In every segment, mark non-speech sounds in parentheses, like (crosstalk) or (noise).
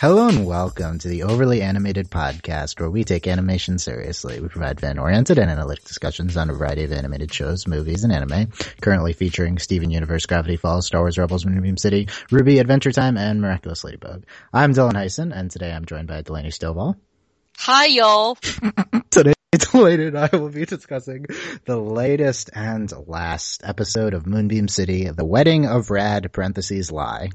Hello and welcome to the Overly Animated Podcast, where we take animation seriously. We provide fan-oriented and analytic discussions on a variety of animated shows, movies, and anime, currently featuring Steven Universe, Gravity Falls, Star Wars Rebels, Moonbeam City, Ruby, Adventure Time, and Miraculous Ladybug. I'm Dylan Heisen, and today I'm joined by Delaney Stovall. Hi, y'all. Today, (laughs) Delaney and I will be discussing the latest and last episode of Moonbeam City, The Wedding of Rad, parentheses, lie.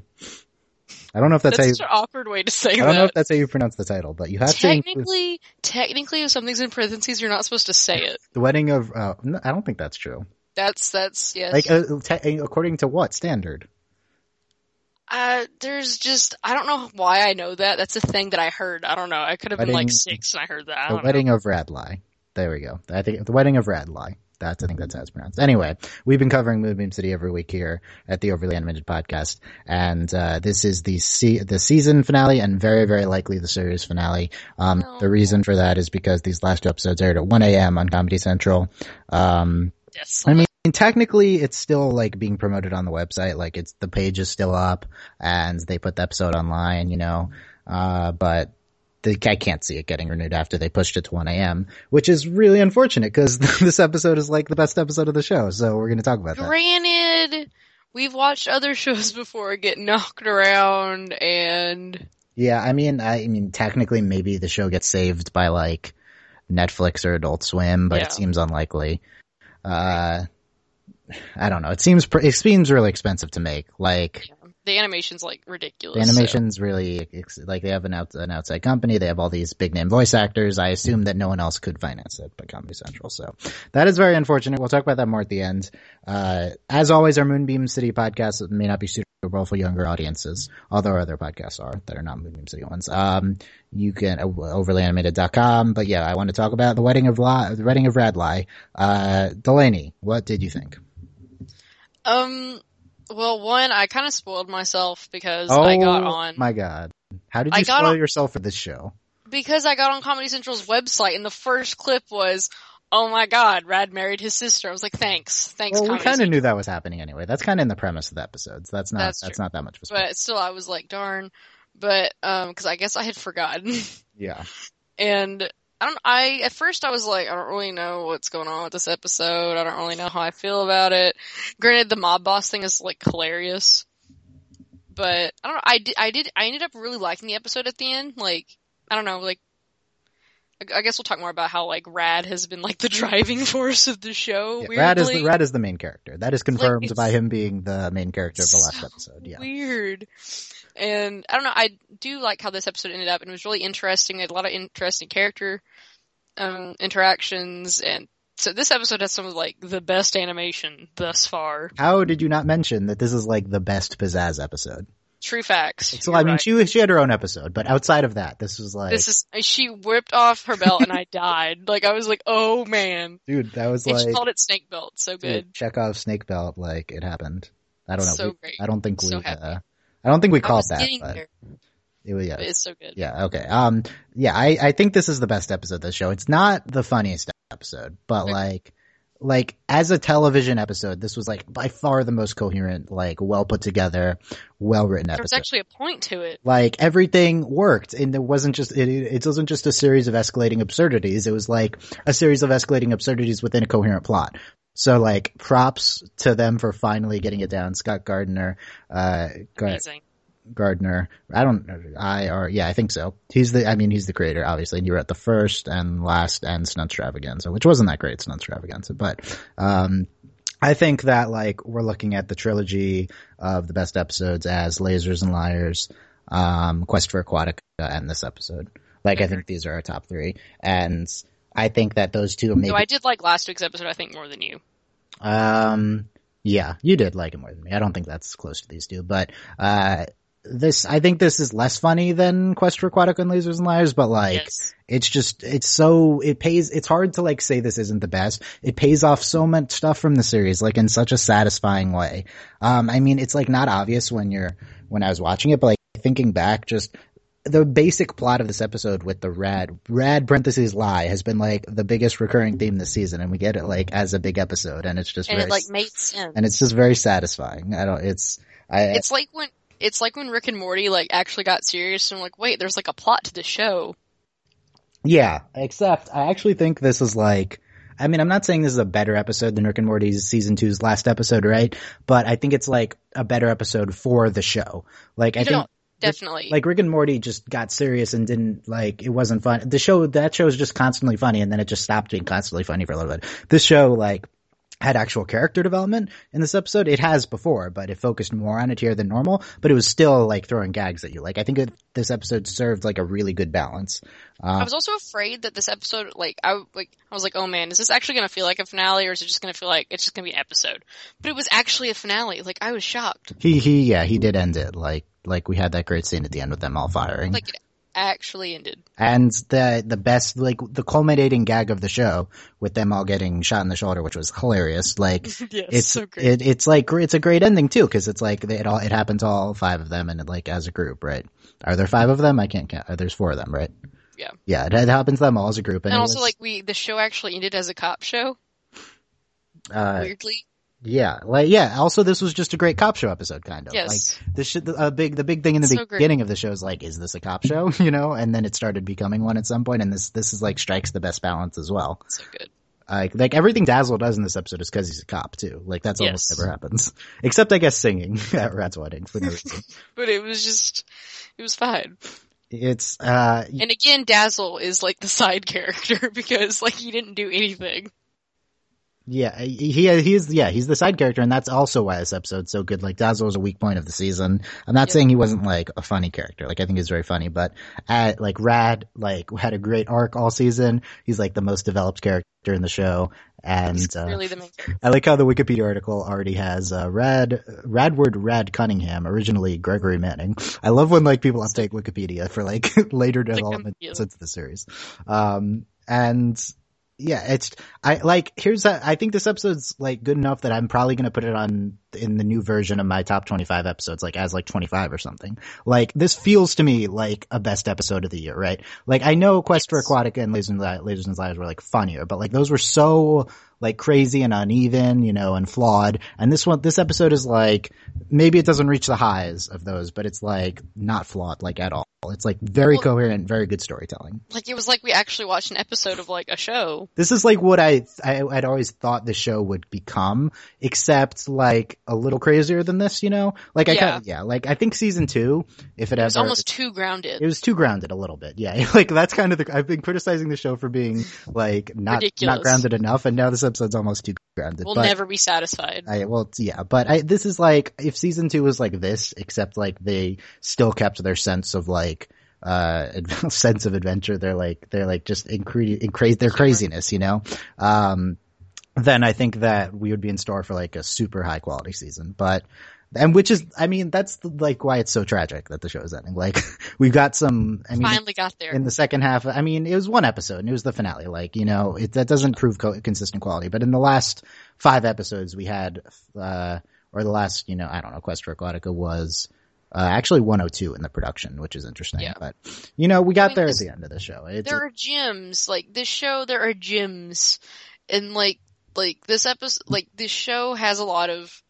I don't know if that's, That's how you such an awkward way to say I don't know if that. that's how you pronounce the title, but you have to include Technically, technically, if something's in parentheses, you're not supposed to say it. the wedding of. Uh, no, I don't think that's true. That's that's yes. Like uh, te- according to what standard? uh, there's just I don't know why I know that. That's a thing that I heard. I don't know. I could have been Wedding- like six and I heard that. I The don't wedding of Radlai. There we go. I think the wedding of Radlai. That's I think that's how it's pronounced. Anyway, we've been covering Moonbeam City every week here at the Overly Animated Podcast, and uh, this is the se- the season finale and very very likely the series finale. Um, Oh. The reason for that is because these last two episodes aired at 1 a.m. on Comedy Central. Um, know. Yes. I mean, technically, it's still like being promoted on the website. Like, it's the page is still up, and they put the episode online. You know, uh, but the, I can't see it getting renewed after they pushed it to 1 a.m., which is really unfortunate because (laughs) this episode is like the best episode of the show. So we're going to talk about that. Granted, we've watched other (laughs) shows before get knocked around, and Yeah, I mean, I, I mean, technically, maybe the show gets saved by like Netflix or Adult Swim, but Yeah. it seems unlikely. Uh, I don't know. It seems pr- it seems really expensive to make. Like. the animation's like ridiculous. The animation's really ex- like they have an, out, an outside company. They have all these big name voice actors. I assume that no one else could finance it but Comedy Central. So that is very unfortunate. We'll talk about that more at the end. Uh, as always, our Moonbeam City podcast may not be suitable for younger audiences, although our other podcasts are that are not Moonbeam City ones. Um, you can uh, overlyanimated.com. But yeah, I want to talk about the wedding of La- the wedding of Radlai. Uh, Delaney, what did you think? So. Um. Well, one, I kind of spoiled myself because I got on Oh my god. How did I you got spoil on- yourself for this show? because I got on Comedy Central's website and the first clip was, "Oh my God, Rad married his sister." I was like, "Thanks, thanks." Well, we Comedy kind of Central." knew that was happening anyway. That's kind of in the premise of the episodes. That's not that's, That's not that much of a spoiler. but still, I was like, "Darn," but um, because I guess I had forgotten, (laughs) yeah. and I don't. I at first I was like, I don't really know what's going on with this episode. I don't really know how I feel about it. Granted, the mob boss thing is like hilarious, but I don't. know. I did. I did. I ended up really liking the episode at the end. Like, I don't know. Like, I I guess we'll talk more about how like Rad has been like the (laughs) driving force of the show. Yeah, weirdly. Rad is the Rad is the main character. That is confirmed it's- by him being the main character of the last so episode. Yeah. Weird. And I don't know. I do like how this episode ended up, and it was really interesting. They had a lot of interesting character um, interactions, and so this episode has some of like the best animation thus far. How did you not mention that this is like the best pizzazz episode? True facts. So You're I mean, right. she she had her own episode, but outside of that, this was like, this is she whipped off her belt, (laughs) and I died. Like I was like, oh man. dude, that was And like she called it snake belt. So good. dude, Chekhov's snake belt. Like it happened. I don't know. So we- great. I don't think we. So happy. uh, I don't think we I was called that. getting But there, it was yeah. but it's so good. Yeah, okay. Um yeah, I I think this is the best episode of the show. It's not the funniest episode, but Okay. like like as a television episode, this was like by far the most coherent, like well put together, well written There was episode. actually a point to it. Like everything worked, and it wasn't just it. It wasn't just a series of escalating absurdities. It was like a series of escalating absurdities within a coherent plot. So like props to them for finally getting it down. Scott Gardner, uh, Gar- Amazing. Gardner. I don't. I or yeah, I think so. He's the. I mean, he's the creator, obviously. And you wrote the first and last and Snutstravaganza, which wasn't that great, Snutstravaganza. But um, I think that like we're looking at the trilogy of the best episodes as Lasers and Liars, um, Quest for Aquatica, and this episode. Like I think these are our top three, and I think that those two maybe. So I did like last week's episode. I think more than you. Um, yeah, you did like it more than me. I don't think that's close to these two, but uh, this I think this is less funny than Quest for Aquatic and Lasers and Liars, but like yes. it's just it's so it pays. It's hard to like say this isn't the best. It pays off so much stuff from the series, like in such a satisfying way. Um, I mean, it's like not obvious when you're when I was watching it, but like thinking back, just the basic plot of this episode with the rad rad parentheses lie has been like the biggest recurring theme this season, and we get it like as a big episode, and it's just And very it like made sense. and it's just very satisfying. I don't. It's I. It's like when it's like when Rick and Morty like actually got serious and I'm like, wait, there's like a plot to the show. Yeah, except I actually think this is like, I mean, I'm not saying this is a better episode than Rick and Morty's season two's last episode, right? But I think it's like a better episode for the show. Like, I You think don't- Definitely. like Rick and Morty just got serious and didn't like it wasn't fun. The show that show is just constantly funny, and then it just stopped being constantly funny for a little bit. This show like had actual character development in this episode. It has before, but it focused more on it here than normal. But it was still like throwing gags at you. Like I think it, this episode served like a really good balance. I Um, was also afraid that this episode, like, I like, I was like, oh man, is this actually gonna feel like a finale, or is it just gonna feel like it's just gonna be an episode? But it was actually a finale. Like, I was shocked. he he yeah he did end it like like we had that great scene at the end with them all firing. Like, it actually ended. and the the best like the culminating gag of the show with them all getting shot in the shoulder, which was hilarious. Like (laughs) yes, it's so great. it, it's like it's a great ending too because it's like it all it happens to all five of them and it, like as a group, right? Are there five of them? I can't count. Uh, There's four of them, right? Yeah. yeah. It, it happens to them all as a group, and, and it also, was, like, we the show actually ended as a cop show. uh, weirdly, yeah, like yeah. Also, this was just a great cop show episode, kind of. Like yes, the sh- the uh, big the big thing in the So great. beginning of the show is like, is this a cop show? (laughs) You know, and then it started becoming one at some point, and this this is like strikes the best balance as well. so good. Like, like everything Dazzle does in this episode is because he's a cop too. Like that's almost Yes. never happens, (laughs) except I guess singing (laughs) at Rat's wedding for no (laughs) reason. But it was just, it was fine. It's uh, And again, Dazzle is like the side (laughs) character because like he didn't do anything. yeah, he he is yeah he's the side character, and that's also why this episode's so good. Like Dazzle was a weak point of the season. I'm not Yeah. saying he wasn't like a funny character. Like I think he's very funny, but at, like Rad like had a great arc all season. He's like the most developed character in the show, and He's uh, really the main character. I like how the Wikipedia article already has uh, Rad Radward Rad Cunningham, originally Gregory Manning. I love when like people update Wikipedia for like (laughs) later developments confused. into the series. Um, and yeah, it's I like here's a, I think this episode's like good enough that I'm probably gonna put it on in the new version of my top 25 episodes, like as like 25 or something. Like this feels to me like a best episode of the year, right? Like I know Quest for Yes. Aquatica and Lasers and Li- Lasers and Lives were like funnier, but like those were so like crazy and uneven, you know, and flawed. And this one, this episode is like maybe it doesn't reach the highs of those, but it's like not flawed like at all. It's like very Well- coherent, very good storytelling. Like it was like we actually watched an episode of like a show. This is like what I, I I'd always thought the show would become, except like a little crazier than this, you know. Like I Yeah. kind of yeah, like I think season two, if it, It ever was almost too it grounded. was too grounded a little bit, yeah. (laughs) Like that's kind of the I've been criticizing the show for being like not Ridiculous. not grounded enough, and now this episode's almost too grounded. We'll but- never be satisfied. I well yeah, but I this is like if season two was like this, except like they still kept their sense of like uh (laughs) adv- sense of adventure. They're like they're like just incre- incre- their craziness, you know. Um, then I think that we would be in store for like a super high quality season, but. And which is, I mean, that's like why it's so tragic that the show is ending. Like, (laughs) we've got some, I mean, Finally got there. in the second half. I mean, it was one episode and it was the finale. Like, you know, it, that doesn't prove co- consistent quality. But in the last five episodes we had, uh, or the last, you know, I don't know, Quest for Aquatica was, uh, actually 102 in the production, which is interesting. Yeah. But, you know, we got mean, there at this- the end of the show. It's, there are gems. Like this show, there are gems, and like like this episode, like this show has a lot of.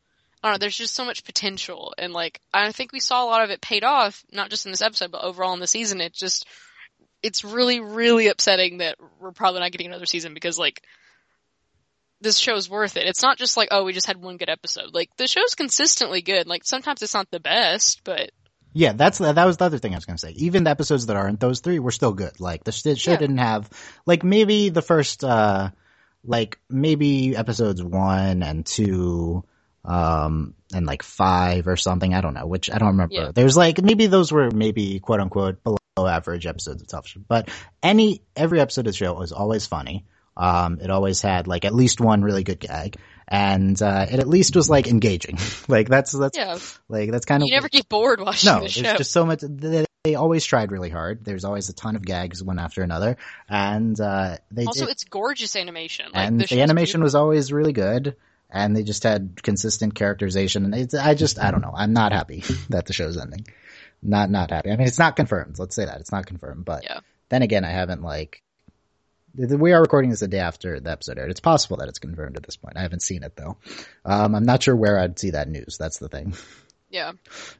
I don't know. There's just so much potential, and like I think we saw a lot of it paid off, not just in this episode, but overall in the season. It just, it's really, really upsetting that we're probably not getting another season because like this show's worth it. It's not just like oh, we just had one good episode. Like the show's consistently good. Like sometimes it's not the best, but yeah, that's, that was the other thing I was going to say. Even the episodes that aren't those three were still good. Like, the sh- show Yeah. didn't have, like, maybe the first, uh, like maybe episodes one and two um and like five or something i don't know which i don't remember Yeah. there's like maybe those were maybe quote unquote below average episodes of television but any every episode of the show was always funny um it always had like at least one really good gag and uh it at least was like engaging (laughs) like that's that's yeah, like that's kind of you never get bored (laughs) watching no the there's show. just so much they, they always tried really hard there's always a ton of gags one after another and uh they also, did- it's gorgeous animation. Like, and this the show's animation was always really good and they just had consistent characterization and it's, i just i don't know i'm not happy (laughs) that the show's ending not not happy i mean it's not confirmed let's say that it's not confirmed but Yeah. then again i haven't like th- we are recording this the day after the episode aired. It's possible that it's confirmed at this point. I haven't seen it though. Um, I'm not sure where I'd see that news. That's the thing. (laughs) Yeah.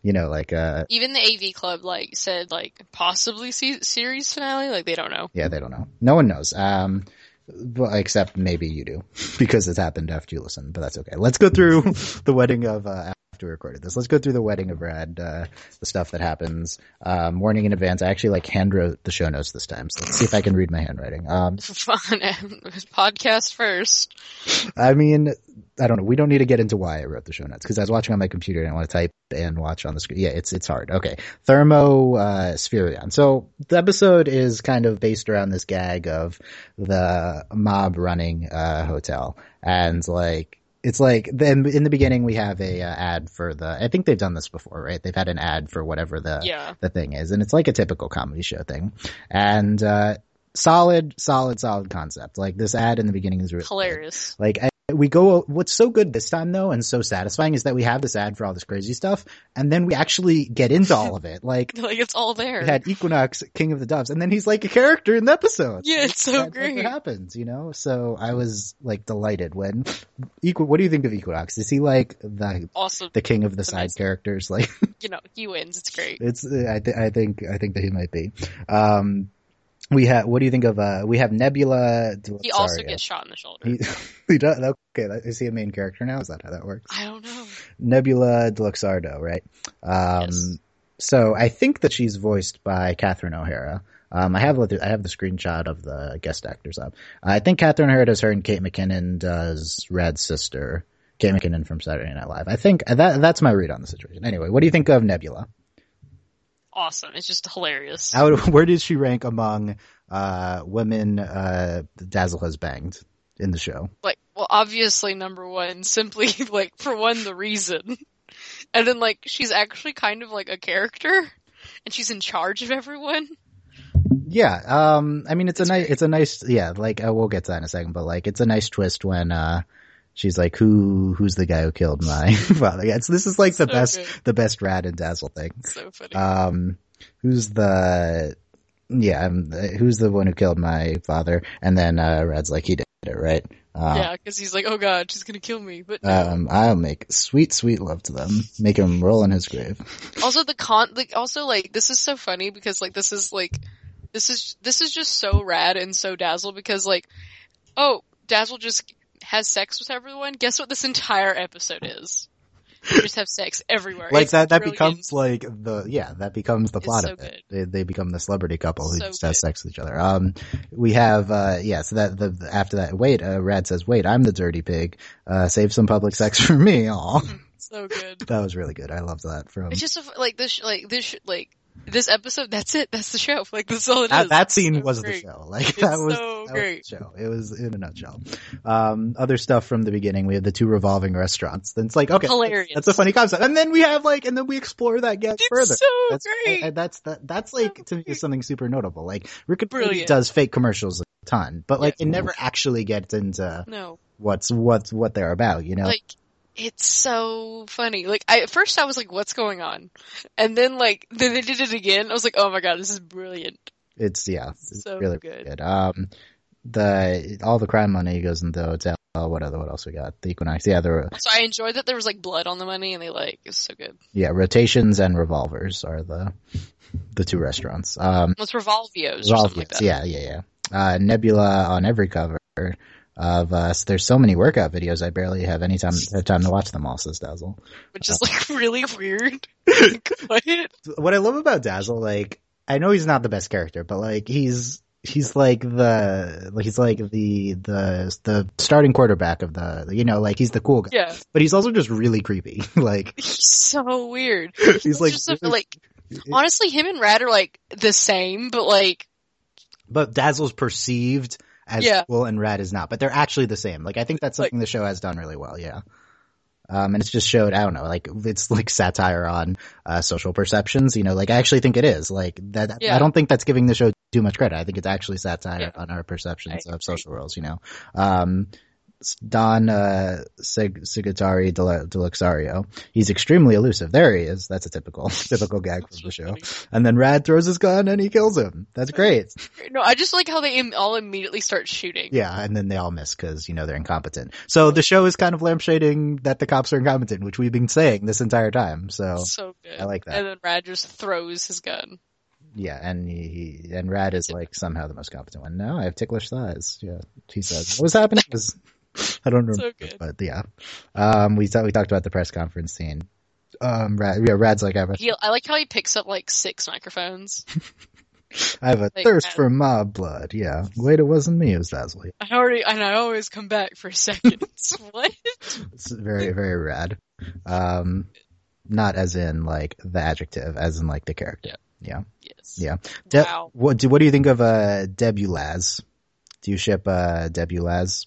You know, like uh, Even the AV Club like said like possibly se- series finale. Like they don't know. (laughs) yeah, they don't know. No one knows. Um, well, except maybe you do (laughs) because it's happened after you listen, but that's okay. Let's go through (laughs) the wedding of, uh, after we recorded this, let's go through the wedding of Brad, uh, the stuff that happens, um, warning in advance. I actually like hand wrote the show notes this time. So let's see if I can read my handwriting. Um, Fun (laughs) podcast first. I mean, I don't know. We don't need to get into why I wrote the show notes because I was watching on my computer and I want to type and watch on the screen. Yeah, it's it's hard. Okay, thermo uh, spherion. So the episode is kind of based around this gag of the mob running uh, hotel and like. It's like then in the beginning we have a uh, ad for the. I think they've done this before, right? They've had an ad for whatever the Yeah. the thing is, and it's like a typical comedy show thing. And uh, solid, solid, solid concept. Like this ad in the beginning is really good. Hilarious. (laughs) Like I, we go, what's so good this time though, and so satisfying is that we have this ad for all this crazy stuff, and then we actually get into all of it. Like Like it's all there. we had Equinox, King of the Doves, and then he's like a character in the episode. yeah, it's so That never great. happens, you know. So I was like delighted when. Equi- what do you think of Equinox? Is he like the Awesome. the king of the It's side amazing. characters? (laughs) Like You know, he wins. It's great. it's I, th- I think I think that he might be. Um, we have. What do you think of? Uh, we have Nebula. He also sorry, uh, gets shot in the shoulder. He, he does. Okay, that- is he a main character now? Is that how that works? I don't know. Nebula Deluxardo, right? Um, Yes. So I think that she's voiced by Catherine O'Hara. Um, I have I have the screenshot of the guest actors up. I think Catherine O'Hara does her, and Kate McKinnon does Rad's sister, Kate McKinnon from Saturday Night Live. I think that that's my read on the situation. Anyway, what do you think of Nebula? Awesome. It's just hilarious. How, where does she rank among uh, women uh, Dazzle has banged in the show? like well obviously number one simply (laughs) like for one the reason (laughs) and then like she's actually kind of like a character and she's in charge of everyone Yeah, um, I mean, it's, a nice, it's a nice, yeah, like, uh, we'll get to that in a second, but like, it's a nice twist when, uh, she's like, who, who's the guy who killed my (laughs) father? Yeah, it's, this is like the So best, good. the best rat and dazzle thing. It's (laughs) so funny Um, who's the, yeah, um, who's the one who killed my father? And then, uh, Rad's like, he did it, right? Uh, yeah because he's like oh god she's gonna kill me but no. Um, I'll make sweet, sweet love to them. Make him roll in his grave. also the con like also like this is so funny because like this is like this is this is just so rad and so dazzle because like oh dazzle just has sex with everyone guess what this entire episode is they just have sex everywhere like It's that that brilliant. becomes like the yeah that becomes the It's plot so of it they, they become the celebrity couple who So just has good. sex with each other um we have uh yeah so that the the- after that wait uh, rad says wait i'm the dirty pig uh save some public sex (laughs) for me Aw. (laughs) so good that was really good i loved that from Mm-hmm. It's just a f like this, like this, like this episode. That's it. That's the show. Like that's all it is. that, that scene so was great. the show like It's that was so that was great. the show it was in a nutshell um other stuff from the beginning we have the two revolving restaurants then it's like okay Hilarious. that's a funny concept and then we have like and then we explore that gap It's further so (laughs) that's great. I, I- that's that, that's like to me is something super notable. Like Rick and Morty Brilliant. does fake commercials a ton, but like Yeah. it never actually gets into no, what's what's what they're about. You know, like it's so funny. Like I, at first I was like, "What's going on?" And then like then they did it again. I was like, "Oh my god, this is brilliant." it's yeah, it's So really good. good. Um, the all the crime money goes into the hotel. Uh, What other what else we got? The Equinox. Yeah, the ro- So I enjoyed that there was like blood on the money, and they like it's so good. yeah rotations and revolvers are the the two restaurants. Um, What's Revolvios or something like Revolvers, that? yeah, yeah, yeah. Uh, Nebula on every cover of uh, s- there's so many workout videos. I barely have any time have time to watch them all. Says Dazzle. Which is like (laughs) really (laughs) weird. Like, what? what I love about Dazzle, like, I know he's not the best character, but like, he's he's like the he's like the the the starting quarterback of the you know like he's the cool guy, Yeah, but he's also just really creepy. (laughs) like he's so weird. he's like, just a, like honestly, him and Rad are like the same, but like but Dazzle's perceived as Yeah. cool and Rad is not, but they're actually the same. Like I think that's Like- something the show has done really well. Yeah. Um, and it's just showed, I don't know, like, it's like satire on, uh, social perceptions, you know, like I actually think it is, like, that, Yeah. I don't think that's giving the show too much credit. I think it's actually satire Yeah. on our perceptions I of social roles, you know. Um, Don uh, Sig- Sigatari Del- Deluxario. He's extremely elusive. There he is. That's a typical (laughs) typical gag from the show. And then Rad throws his gun and he kills him. That's great. (laughs) No, I just like how they im- all immediately start shooting. Yeah, and then they all miss because you know they're incompetent. So the show is kind of lampshading that the cops are incompetent, which we've been saying this entire time. So So good. I like that. And then Rad just throws his gun. yeah, and he, he and Rad is like somehow the most competent one. No, I have ticklish thighs. Yeah, he says. What was happening? (laughs) Was I don't remember, good. but yeah, um, we thought we talked about the press conference scene. Um, Rad, yeah, Rad's like I have a, He, I like how he picks up like six microphones. (laughs) I have a like, thirst Rad- for mob blood. Yeah, wait, it wasn't me. It was Dazzle. I already and I always come back for seconds. (laughs) what? It's very very rad. Um, not as in like the adjective, as in like the character. Yeah. Yes. Yeah. De- wow. What do what do you think of uh Debulaz? Do you ship uh Debulaz?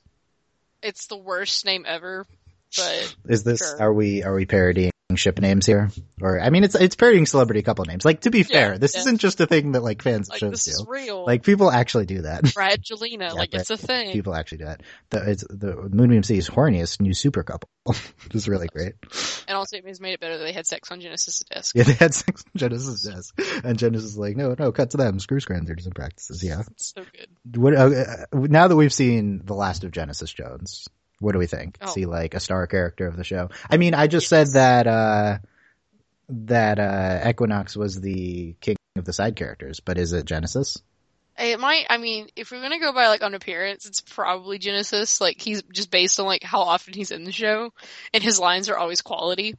It's the worst name ever. (laughs) But Is this Sure. are we are we parodying ship names here? Or I mean it's it's parodying celebrity couple names. Like to be fair, this yeah. isn't just a thing that like fans of like shows this do. is real. Like people actually do that. (laughs) Bradgelina, Yeah, like Brad- it's a thing. people actually do that. The it's the Moonbeam City's horniest new super couple. (laughs) Which is really great. and also it has made it better that they had sex on Genesis' desk. Yeah, they had sex on Genesis' desk. And Genesis is like, no, no, cut to them. Screw scranders and practices. Yeah. It's so good. What uh, uh, now that we've seen the last of Genesis Jones, what do we think? Oh. See like a star character of the show. I mean, I just Yes. said that uh that uh Equinox was the king of the side characters, but is it Genesis? It might. I mean, if we're gonna go by like on appearance, it's probably Genesis. Like he's just based on like how often he's in the show, and his lines are always quality.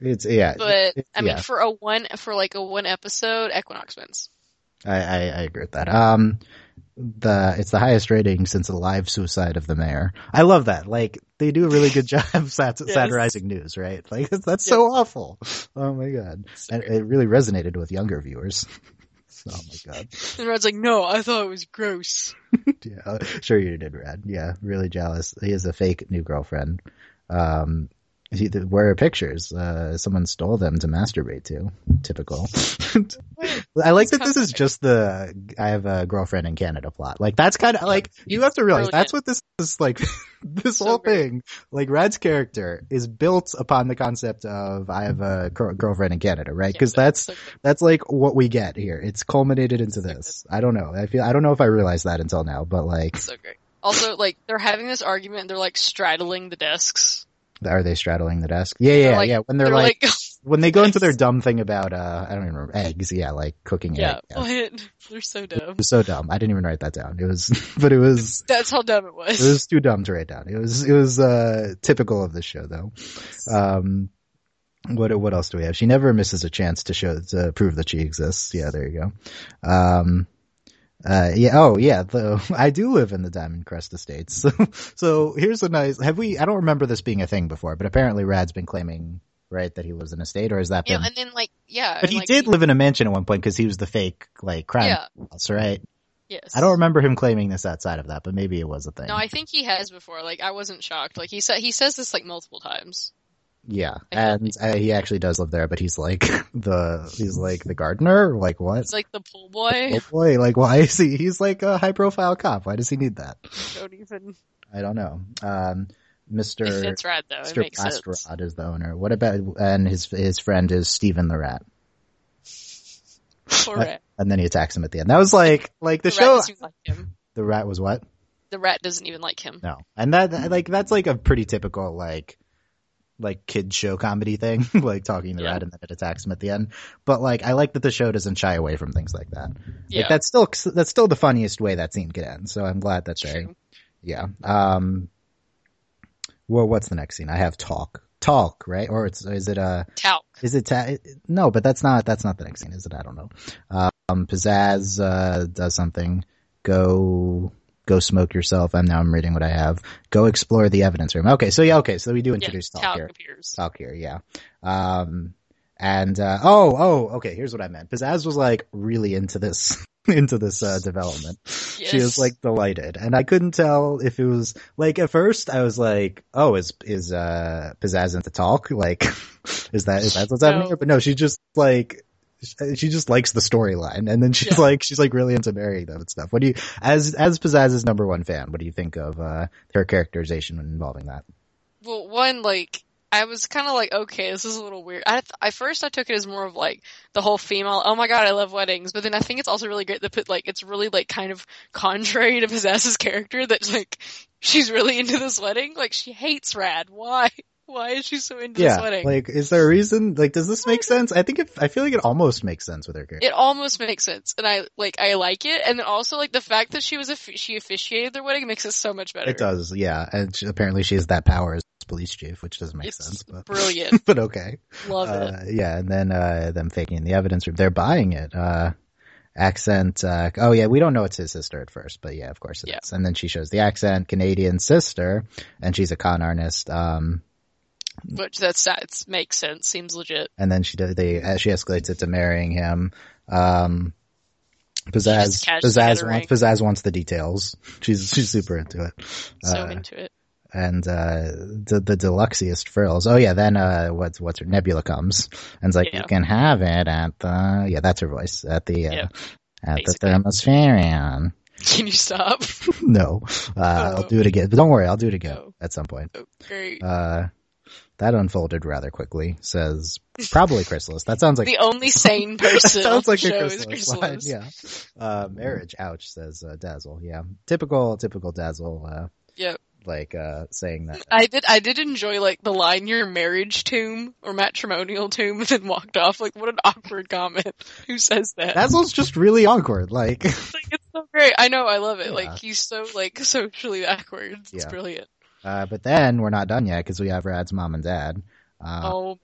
It's yeah. But Uh, it- I mean, yeah. for a one for like a one episode, Equinox wins. I, I I agree with that. Um the it's the highest rating since the live suicide of the mayor. I love that. Like they do a really (laughs) good job (laughs) sat- Yes. satirizing news, right? Like (laughs) that's, that's so awful. Oh my god. And it really resonated with younger viewers. (laughs) oh my god. And Rod's like, no, I thought it was gross. Yeah, uh, sure you did, Rad. Yeah, really jealous. He has a fake new girlfriend. Um, he, the, where are pictures? Uh, someone stole them to masturbate to. Typical. (laughs) I like that this is just the I have a girlfriend in Canada plot. Like that's kind of like you have to realize Brilliant. that's what this is like. (laughs) this So whole great. thing, like Rad's character, is built upon the concept of I have a gir- girlfriend in Canada, right? Because Yeah, that's so good. that's like what we get here. It's culminated into Exactly. this. I don't know. I feel I don't know if I realized that until now, but like, so great. Also, like they're having this argument, and they're like straddling the desks. are they straddling the desk? Yeah, yeah, They're like- yeah. When they're, like, like, (laughs) when they go into their Yes. dumb thing about uh, I don't even remember eggs. Yeah, like cooking yeah, egg. Yeah. It what? They're so dumb. was so dumb. I didn't even write that down. It was, (laughs) but it was. That's how dumb it was. It (laughs) was too dumb to write down. It was it was uh typical of the show though. Um what what else do we have? She never misses a chance to show to prove that she exists. Yeah, there you go. Um uh yeah oh yeah though I do live in the (laughs) Diamond Crest Estates. (laughs) So, so here's a nice have we I don't remember this being a thing before, but apparently Rad's been claiming right that he lives in a state or is that you been know, and then like yeah, But and, he like, did live in a mansion at one point cuz he was the fake like crime Yeah. boss, right? Yes, I don't remember him claiming this outside of that, but maybe it was a thing. No, I think he has before. Like I wasn't shocked. Like he said, he says this like multiple times. Yeah, I and uh, he actually does live there, but he's like (laughs) the he's like the gardener. Like what? It's like the pool boy. Oh boy! Like why is he? He's like a high profile cop. Why does he need that? (laughs) Don't even. I don't know. Um, (laughs) It Mister fits Rad though. It Mister makes sense. Plastrod is the owner. What about and his his friend is Steven the Rat, Correct. and then he attacks him at the end. That was like like the, The, rat show. doesn't even like him. The rat was what? The rat doesn't even like him. No, and that that- like that's like a pretty typical like like kid show comedy thing, (laughs) like talking the Yeah. rat and then it attacks him at the end. But like I like that the show doesn't shy away from things like that. Yeah, Like that's still that's still the funniest way that scene could end. So I'm glad that's there. true. Yeah. Um. Well, what's the next scene? I have talk, talk, right? Or it's is it uh Talc. is it ta- no? But that's not that's not the next scene, is it? I don't know. Um. Pizzazz uh, does something. Go go smoke yourself. I'm now I'm reading what I have. Go explore the evidence room. Okay. So yeah. Okay. So we do Yeah, introduce talk Talc here appears. talk here, yeah. Um, and uh, oh, oh, okay. Here's what I meant. Pizzazz was like really into this, (laughs) into this uh, development. She was Yes. like delighted, and I couldn't tell if it was like at first I was like, oh, is is uh Pizzazz into talk? Like, (laughs) is that is that what's happening No. here? But no, she just like. she just likes the storyline, and then she's like she's like really into marrying them and stuff. What do you as as Pizzazz's number one fan? What do you think of uh, her characterization involving that? well, one like I was kind of like, okay, this is a little weird. I, th- at first I took it as more of like the whole female. Oh my god, I love weddings. But then I think it's also really great that put like it's really like kind of contrary to (laughs) Pizzaz's character that like she's really into this wedding. Like she hates Rad. Why? Why is she so into (laughs) this wedding? like is there a reason? Like, does this make sense? I think it, I feel like it almost makes sense with her character. it almost makes sense, and I like I like it, and then also like the fact that she was a she officiated their wedding makes it so much better. It does, yeah. And she, apparently she has that power as police chief, which doesn't make It's sense, but (laughs) brilliant. but okay. Love it. Uh, yeah, and then uh, them faking the evidence room. They're buying it. Uh, accent. Uh, oh yeah, we don't know it's his sister at first, but yeah, of course it is. Yeah. And then she shows the accent, Canadian sister, and she's a con artist. Um, Which that's that it's- makes sense. Seems legit. and then she does- they uh, she escalates it to marrying him. Um, Pizzazz, just catches Pizzazz wants, the ring. Pizzazz wants the details. She's she's super into it. So Uh, into it. (laughs) and uh the the deluxiest frills. Oh yeah, then uh what's what's her Nebula comes and's like Yeah. you can have it at the yeah that's her voice at the uh, Yeah. at Basically. the thermospherion. (laughs) Can you stop? no, uh, I'll Oh. do it again. But don't worry, I'll do it again Oh. at some point. Great. Uh, that unfolded rather quickly. Says probably chrysalis. That sounds like the (laughs) only sane person sounds like on a the show is chrysalis, line, Chrysalis. Yeah, uh, marriage. Ouch. Says uh, dazzle. Yeah, typical typical dazzle. Uh, Yep. like uh saying that. I did. I did enjoy like the line "your marriage tomb" or matrimonial tomb, (laughs) and then walked off. Like, what an awkward comment. (laughs) Who says that? Dazzle's just really awkward. Like. (laughs) like, it's so great. I know. I love it. Yeah. Like he's so like socially awkward. It's Yeah. brilliant. Uh, but then we're not done yet because we have Rad's mom and dad. Uh, oh,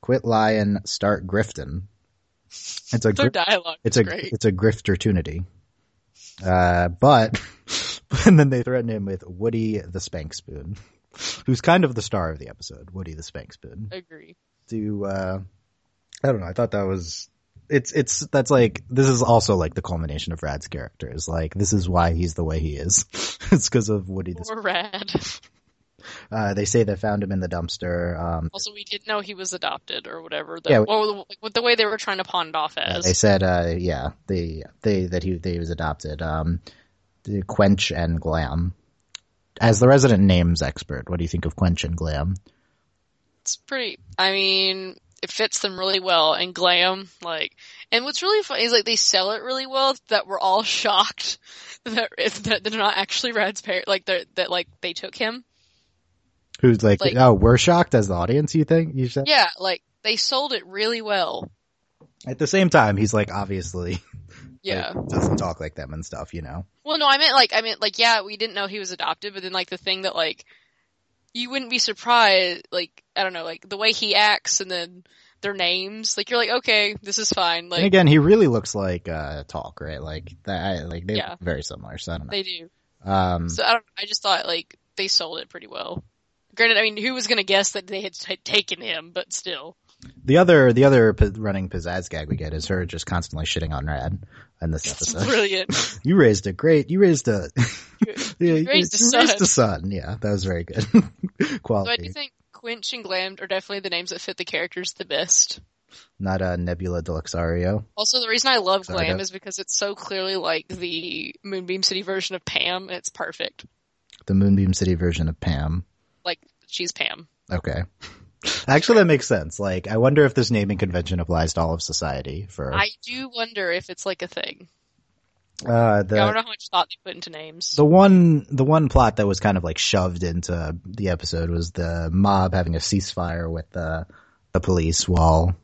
Quit lying, start grifting. It's a their gri- dialogue. it's It's a great. it's a griftertunity. Uh, but (laughs) and then they threaten him with Woody the Spank Spoon, who's kind of the star of the episode. Woody the Spank Spoon. Agree. Do uh, I don't know. I thought that was. It's it's that's like this is also like the culmination of Rad's character is like this is why he's the way he is. (laughs) (laughs) it's because of Woody the. Or rad. (laughs) Uh, they say they found him in the dumpster. Um, Also, we didn't know he was adopted or whatever. The, Yeah. well, the, the way they were trying to pawn it off Yeah, as. they said, uh, yeah, they they that he they was adopted. Um, the Quench and Glam. As the resident names expert, what do you think of Quench and Glam? it's pretty. I mean, it fits them really well and glam. Like, and what's really funny is like they sell it really well. That we're all (laughs) shocked that that they're not actually Rad's parent. Like they're that like they took him. Who's like, Like- oh, we're shocked as the audience. You think you said? Yeah, like they sold it really well. At the same time, he's like obviously Yeah. like, doesn't talk like them and stuff. You know, Well, no, I meant like I meant like yeah, we didn't know he was adopted, but then like the thing that like you wouldn't be surprised like I don't know like the way he acts and then their names like you're like okay this is fine and like again, he really looks like uh, Talk, right? Like that, like they Yeah. look very similar. So I don't know. they do. um, So I don't. I just thought like they sold it pretty well. Granted, I mean, who was gonna guess that they had t- taken him? But still, the other the other p- running pizzazz gag we get is her just constantly shitting on Rad in this (laughs) it's episode. (laughs) brilliant. You raised a great. You raised (laughs) a. yeah, you raised a raised son. a son. Yeah, that was very good (laughs) So I do quality. think Quinch and Glammed are definitely the names that fit the characters the best. Not a Nebula Deluxario. Also, the reason I love Sorry, Glam that- is because it's so clearly like the Moonbeam City version of Pam. and It's perfect. The Moonbeam City version of Pam. Like she's Pam. Okay. Actually, that makes sense. Like, I wonder if this naming convention applies to all of society. For I do wonder if it's like a thing. uh, the I don't know how much thought they put into names. the one the one plot that was kind of like shoved into the episode was the mob having a ceasefire with the the police while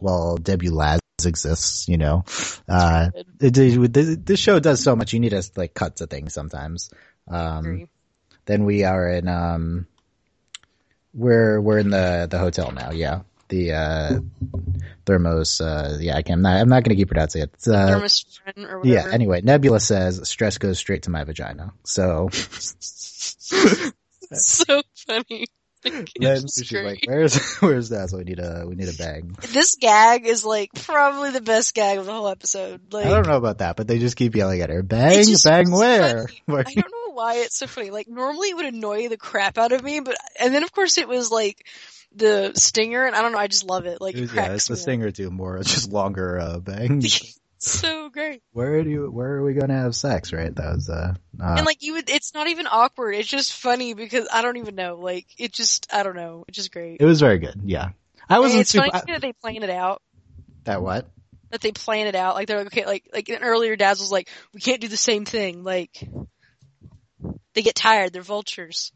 while Debbie Laz exists. You know, uh, it- it- this this show does so much. You need us to like cut to things sometimes. Um, Agree. then we are in um, we're we're in the the hotel now. Yeah, the uh, Thermos. Uh, yeah, I can. I'm not. I'm not going to keep pronouncing it. It's, uh, Thermostrin or yeah. whatever. Anyway, Nebula says stress goes straight to my vagina. So It's (laughs) so funny. then It's she's like, great. "Where's (laughs) where's that?" So we need a we need a bag. This gag is like probably the best gag of the whole episode. Like I don't know about that, but they just keep yelling at her. Bang, just- bang, it's where? (laughs) I don't know why it's so funny. Like normally it would annoy the crap out of me, but and then of course it was like the stinger, and I don't know. I just love it. Like It it was- yeah, cracks it's a me up. stinger too, more (laughs) just longer uh, bangs. (laughs) so great. where do you, where are we gonna have sex? Right, that was uh, uh and like you would, it's not even awkward. It's just funny because I don't even know. Like it just, I don't know. It's just great. it was very good. Yeah, I wasn't it's super funny too that they plan it out. that what. That they plan it out. Like they're like, okay, like like an earlier Daz was like, we can't do the same thing. Like they get tired. They're vultures.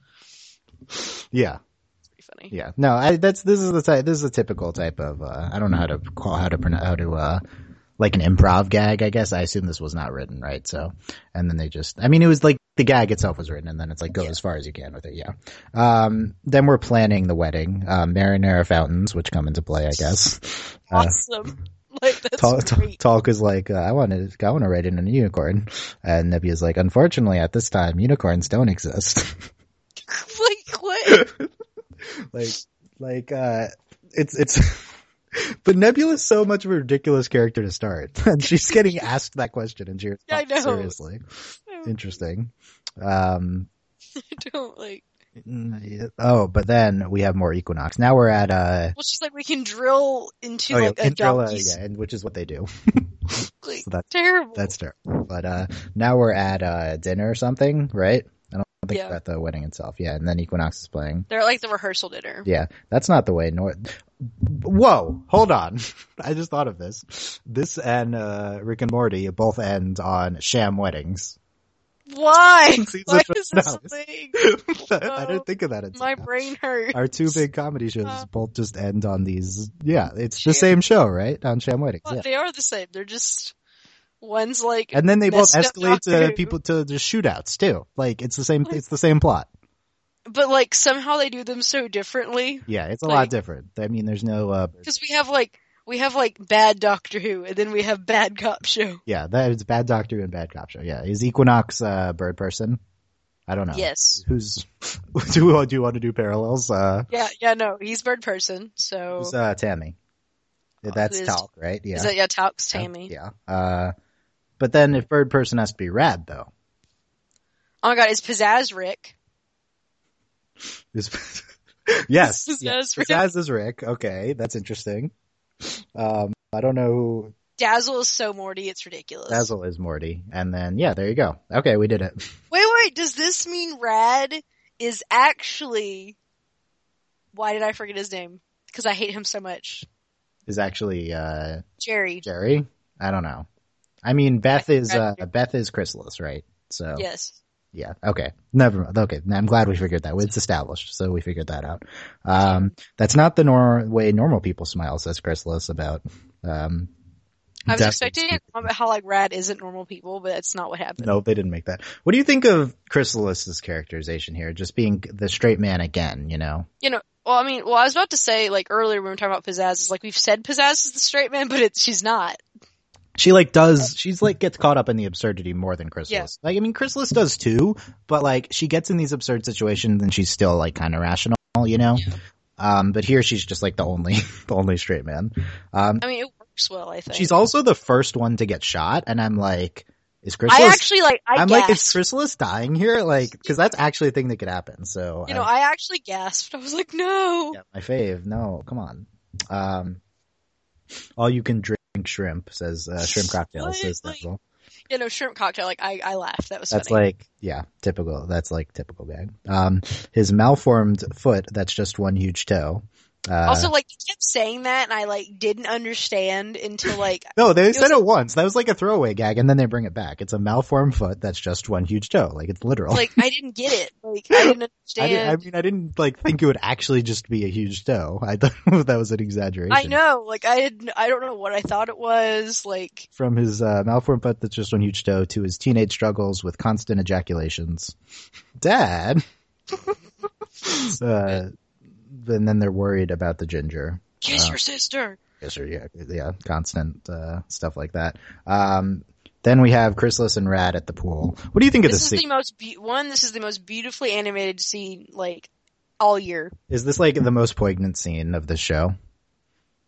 Yeah, It's pretty funny. yeah. No, I that's this is the type. This is a typical type of. Uh, I don't know how to call how to pronounce how to uh like an improv gag. I guess I assume this was not written right. So, and then they just. I mean, it was like the gag itself was written, and then it's like go as far as you can with it. Yeah. Um. Then we're planning the wedding. Um. Marinara fountains, which come into play, I guess. Uh, Awesome. (laughs) like that's Tal- (laughs) great. (laughs) Talk is like, uh, I want to, I want to ride in a unicorn, and Nebia's like, unfortunately, at this time, unicorns don't exist. like what? (laughs) like, like, uh, it's it's. (laughs) But Nebula's so much of a ridiculous character to start, (laughs) and she's getting asked that question, and she's Yeah, I know. seriously interesting. Um, I don't like. oh, but then we have more Equinox. Now we're at uh, Well, she's like, we can drill into oh, yeah, like a Cinderella, donkey's. yeah, and which is what they do. Like, So that- terrible. That's terrible. But uh, now we're at uh, dinner or something, right? I don't think Yeah. we're at the wedding itself. Yeah, and then Equinox is playing. They're at, like the rehearsal dinner. Yeah, that's not the way. Nor. Whoa, hold on. (laughs) I just thought of this. This and uh, Rick and Morty both end on sham weddings. (laughs) Why? Season Why of is this a Dallas. thing? I didn't think of that. Until Oh, My now. brain hurts. Our two big comedy shows Uh, both just end on these. Yeah, it's the same sham. show, right? On sham weddings. Well, Yeah. They are the same. They're just one's like And then they both messed up escalate to Doctor Who. people to the shootouts too. Like it's the same. It's the same plot. but like somehow they do them so differently Yeah, it's a lot Like- different. I mean, there's no, uh, because we have like we have like bad Doctor Who and then we have bad cop show. yeah, that is Bad Doctor and Bad Cop Show. Yeah, is Equinox uh, bird person? I don't know. Yes. Who's, (laughs) do you, do you want to do parallels? Uh, Yeah, yeah, no, he's bird person. So who's, uh, Tammy? That's Oh. Who's- Talc, right? Yeah. is that yeah, Talks Tammy. Yeah. Uh, but then if bird person has to be rad though. Oh my god, is Pizzazz Rick? Is- (laughs) yes. Pizzazz yeah. Rick. Pizzazz is Rick. Okay, that's interesting. Um, I don't know who Dazzle is so Morty, it's ridiculous. Dazzle is Morty. And then, yeah, there you go. Okay, we did it. Wait, wait, does this mean Rad is actually? Why did I forget his name? Because I hate him so much. Is actually, uh, Jerry. Jerry? I don't know. I mean, Beth is uh, Jerry. Beth is Chrysalis, right? So yeah. Yes. okay, never mind. Okay, I'm glad we figured that. It's established, so we figured that out. Um, that's not the nor- way normal people smile, says Chrysalis about. Um, I was Dazzle's expecting people. a comment about how like Rad isn't normal people, but that's not what happened. No, they didn't make that. What do you think of Chrysalis's characterization here? Just being the straight man again, you know? You know, well, I mean, well, I was about to say like earlier when we were talking about Pizzazz, is like we've said Pizzazz is the straight man, but it, she's not. She like does she's like gets caught up in the absurdity more than Chrysalis. Like I mean Chrysalis does too, but like she gets in these absurd situations and she's still like kind of rational, you know. Um but here she's just like the only (laughs) the only straight man. Um I mean, it works well, I think. she's also the first one to get shot and I'm like is I Chrysalis actually like. I I'm gasped. like is Chrysalis dying here? Like cuz that's actually a thing that could happen. So you know, I'm- I actually gasped. I was like, no. yeah, my fave. No, come on. Um all you can drink shrimp says uh, shrimp cocktails says Like- Denzel. You know, shrimp cocktail. Like I, I laughed. That was That's funny. like yeah, typical. That's like typical gag. Um, his malformed foot. That's just one huge toe. Uh, also, like he kept saying that, and I like didn't understand (laughs) until like no, they it said it once. That was like a throwaway gag, and then they bring it back. It's a malformed foot. That's just one huge toe. Like it's literal. like I didn't get it. Like I (laughs) didn't I, understand. did, I mean, I didn't like think it would actually just be a huge toe. (laughs) I thought that was an exaggeration. I know, like I had, I don't know what I thought it was. Like From his uh, malformed foot, that's just one huge toe, to his teenage struggles with constant ejaculations. Dad. (laughs) uh, and then they're worried about the ginger. kiss Wow. your sister. Yes, or yeah, yeah, constant uh, stuff like that. Um, then we have Chrysalis and Rad at the pool. What do you think of This this is scene? the most be- one. This is the most beautifully animated scene like all year. Is this like the most poignant scene of the show?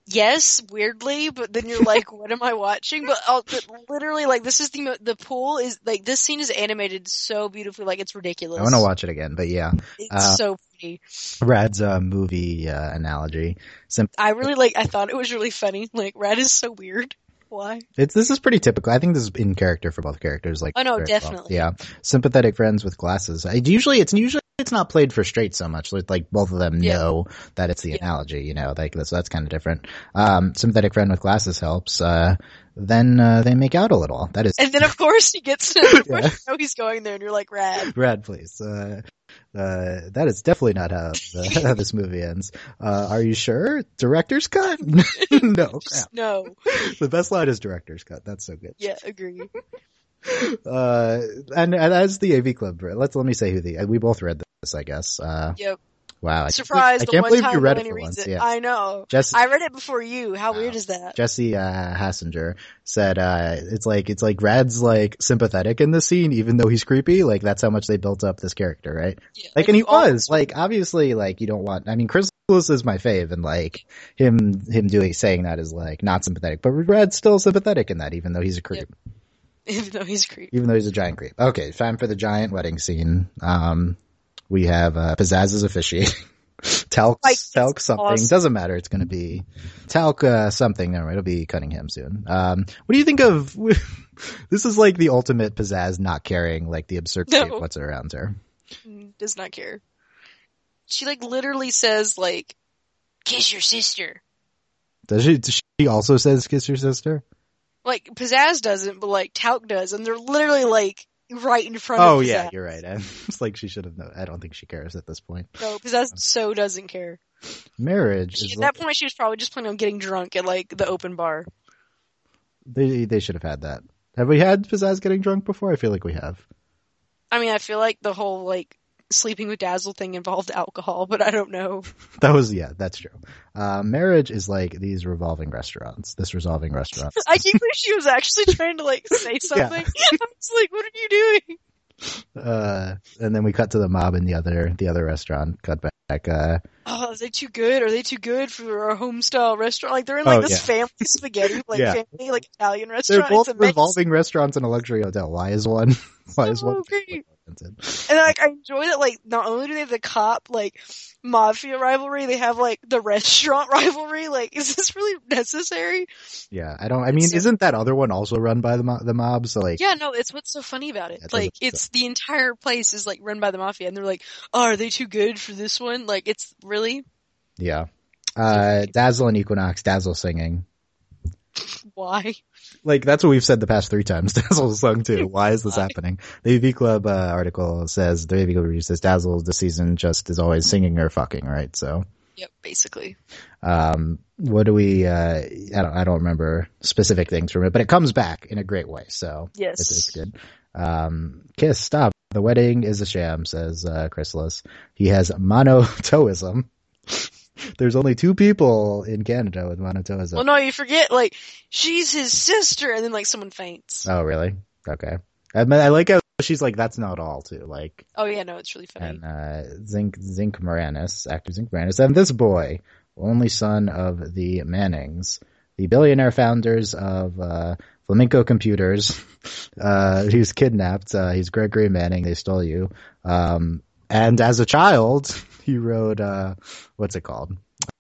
yes, weirdly, but then you're like, what am I watching? But, I'll, but literally, like, this is the mo- the pool is like this scene is animated so beautifully, like it's ridiculous. I want to watch it again, but yeah, It's uh, so pretty. Rad's uh, movie uh, analogy. Sim- I really like. I thought it was really funny. Like, Rad is so weird. Why? It's this is pretty typical. I think this is in character for both characters. Like, Oh, no, very definitely. yeah, sympathetic friends with glasses. I, usually, it's usually it's not played for straight so much. Like, like both of them Yeah. know that it's the Yeah. analogy. You know, like that's that's kind of different. Um, sympathetic friend with glasses helps. Uh, then uh, they make out a little. That (laughs) is And then of course he gets. Of course Yeah. you know he's going there, and you're like, Rad. Rad, please. Uh, uh, that is definitely not how, the, (laughs) how this movie ends. Uh, are you sure? Director's cut? (laughs) (laughs) no, Oh, crap. Just no. The best line is director's cut. That's so good. Yeah, agree. Uh, and, and as the AV Club, let's let me say who the we both read this, I guess. Uh, Yep. wow, I Surprise! Can't, the I can't one believe time you read it Melanie for reads once. it. Yeah, I know. Jess, I read it before you. How Wow. weird is that? Jesse uh, Hassinger said, uh, "It's like it's like Rad's like sympathetic in this scene, even though he's creepy. Like that's how much they built up this character, right? Yeah, like, and he you all- was like obviously like you don't want i mean chrysalis is my fave and like him him doing saying that is like not sympathetic but red's still sympathetic in that even though he's a creep (laughs) Even though he's creepy. even though he's a giant creep okay time for the giant wedding scene um we have uh pizzazz is officiating (laughs) Talc, Like, talc something awesome. doesn't matter. It's gonna be talc uh, something. No, it'll be Cunningham soon. Um, what do you think of? (laughs) this is like the ultimate pizzazz, not caring like the absurdity No. of what's around her. mm, Does not care. She like literally says like, "Kiss your sister." Does she? does She also says kiss your sister. Like Pizzazz doesn't, but like Talc does, and they're literally like right in front Oh of. Pizzazz. yeah, you're right. (laughs) It's like she should have. Known. I don't think she cares at this point. No, Pizzazz so doesn't care. Marriage She, is at like, that point, she was probably just planning on getting drunk at like the open bar. they they should have had that. Have we had pizzazz getting drunk before? I feel like we have. I mean, I feel like the whole like sleeping with Dazzle thing involved alcohol, but I don't know. (laughs) That was yeah, that's true. Uh, marriage is like these revolving restaurants. This revolving restaurant. I can't believe she was actually trying to like say something. (laughs) I was like, "What are you doing?" Uh, and then we cut to the mob in the other the other restaurant. Cut back. Uh, Oh, are they too good? Are they too good for our home style restaurant? Like they're in like Oh, this yeah. family spaghetti, like Yeah. family like Italian they're restaurant. both it's amazing. revolving restaurants in a luxury hotel. Why is one? (laughs) Why is one? So Oh, great. And like I enjoy that like not only do they have the cop like mafia rivalry, they have like the restaurant (laughs) rivalry. Like, is this really necessary? Yeah, I don't. I mean, So- isn't that other one also run by the mo- the mob? So like, Yeah, no, it's what's so funny about it. That doesn't like make it's the entire place is like run by the mafia and they're like, oh, are they too good for this one? Like it's really (laughs) Yeah. Uh, Dazzle and Equinox, Dazzle singing. why? Like, that's what we've said the past three times. (laughs) Dazzle sung too. Why is this happening? The AV Club, uh, article says, the AV Club review says Dazzle this season just is always singing or fucking, right? So, Yep, basically. um, what do we, uh, I don't, I don't remember specific things from it, but it comes back in a great way. So Yes. it's, it's good. Um, kiss, stop. The wedding is a sham, says, uh, Chrysalis. He has monotoism. (laughs) There's only two people in Canada with monotoism. Well, no, you forget like she's his sister, and then like someone faints. Oh, really? Okay. I mean, I like how she's like, that's not all too. Like, oh yeah, no, it's really funny. and uh, Zinc Zinc Moranis, actor Zinc Moranis, and this boy, only son of the Mannings, the billionaire founders of uh, Flamenco Computers. (laughs) Uh, he was kidnapped. Uh, he's Gregory Manning. They stole you. Um, and as a child, he rode uh, what's it called?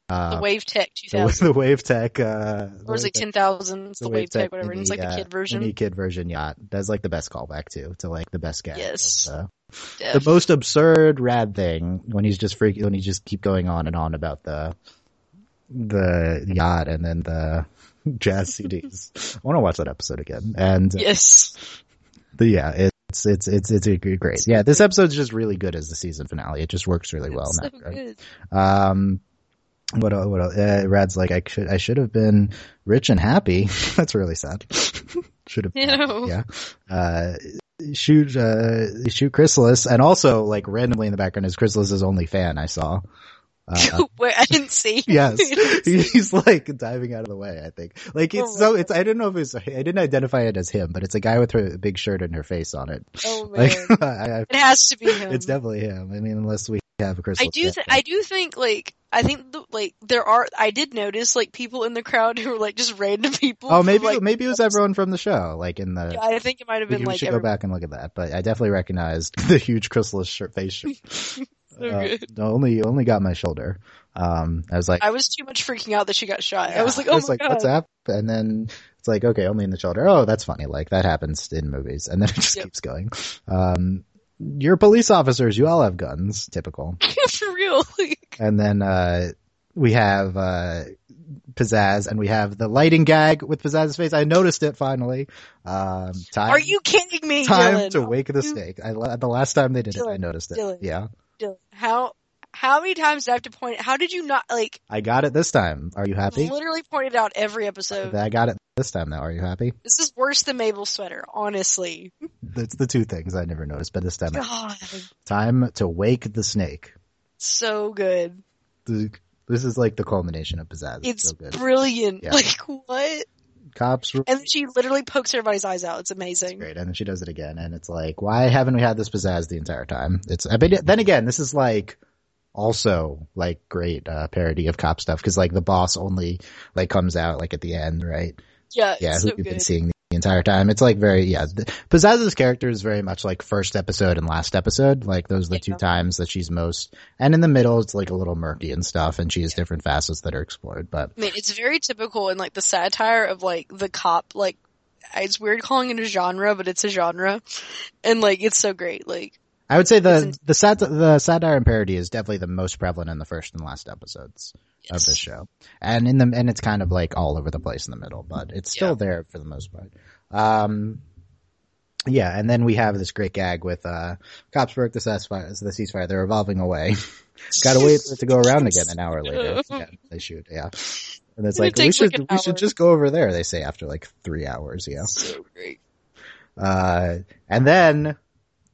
the Uh, Wave Tech the, (laughs) 2000, the Wave Tech. Uh, or is it 10,000? It's the, Wave Tech, whatever. and it's like mini, the uh, kid version. mini kid version yacht. That's like the best callback too to like the best gag. Yes. of, uh, Def. (laughs) the most absurd rad thing when he's just freak when he just keep going on and on about the the yacht and then the (laughs) jazz (laughs) CDs. I want to watch that episode again. And Yes. the, yeah, it's it's it's it's a good- great. Yeah, this episode's just really good as the season finale. It just works really well. It's in (laughs) that so regard. good. Um, what el- what el- uh, Rad's like I should I should have been rich and happy. (laughs) That's really sad. should have been happy, Ew. yeah. Uh, shoot uh, shoot Chrysalis, and also like randomly in the background is Chrysalis's only fan I saw. (laughs) Uh, Wait, I didn't see. (laughs) yes, (laughs) he's like diving out of the way. I think like Oh it's my so it's I didn't know if it's I didn't identify it as him, but it's a guy with her big shirt and her face on it. Oh man, (laughs) Like I, I, it has to be (laughs) him. it's definitely him. I mean, unless we have a Chrysalis. I do. Th- fan. I do think like I think the, like there are. I did notice like people in the crowd (laughs) who were like just random people. Oh, from, maybe like, maybe it was everyone from the show, like in the. yeah, I think it might have we been can- we like should go everybody. back and look at that, but I definitely recognized (laughs) the huge chrysalis shirt face. (laughs) Shirt. Uh, good. only only got my shoulder. Um, I was like, I was too much freaking out that she got shot. I was like, Yeah. oh It's my god. what's up? And then it's like, okay, only in the shoulder. Oh, that's funny. Like that happens in movies, and then it just Yep. keeps going. Um, you're police officers. You all have guns, typical. (laughs) For real. Like, And then uh, we have uh, pizzazz, and we have the lighting gag with pizzazz's face. I noticed it finally. Um, time, Are you kidding me, time Dylan? to wake the you- snake? I, la- the last time they did it, I Dylan, noticed it. Dylan. Yeah, Dylan, How how many times do I have to point? How did you not like I got it this time. Are you happy? literally pointed out every episode? I got it this time though. Are you happy? This is worse than Mabel's sweater, honestly. That's the two things I never noticed, but this time God, Time to wake the snake. so good. The- This is like the culmination of pizzazz. It's, It's so good. brilliant. Yeah. (laughs) Like what? Cops rule. And then she literally pokes everybody's eyes out. It's amazing. Great, and then she does it again, and it's like, why haven't we had this pizzazz the entire time? It's, I mean, then again, this is like also like great uh, parody of cop stuff because like the boss only like comes out like at the end, right? Yeah, Yeah, it's who so you've been good. seeing the entire time. It's like very yeah. The, Pizzazz's character is very much like first episode and last episode. Like those are the two Yeah. times that she's most, and in the middle it's like a little murky and stuff, and she has different facets that are explored, but. I mean, it's very typical in like the satire of like the cop like it's weird calling it a genre but it's a genre and like it's so great like I would say the Isn't- the sat the satire and parody is definitely the most prevalent in the first and last episodes of the Yes. show, and in the and it's kind of like all over the place in the middle, but it's still Yeah. there for the most part. Um, yeah, and then we have this great gag with uh, cops broke the ceasefire. The ceasefire. They're evolving away. (laughs) Got to wait for it to go around again an hour later. (laughs) Yeah, they shoot. Yeah, and it's It like we takes, like, should an we should hour. just go over there. They say after like three hours. Yeah. so great. Uh, and then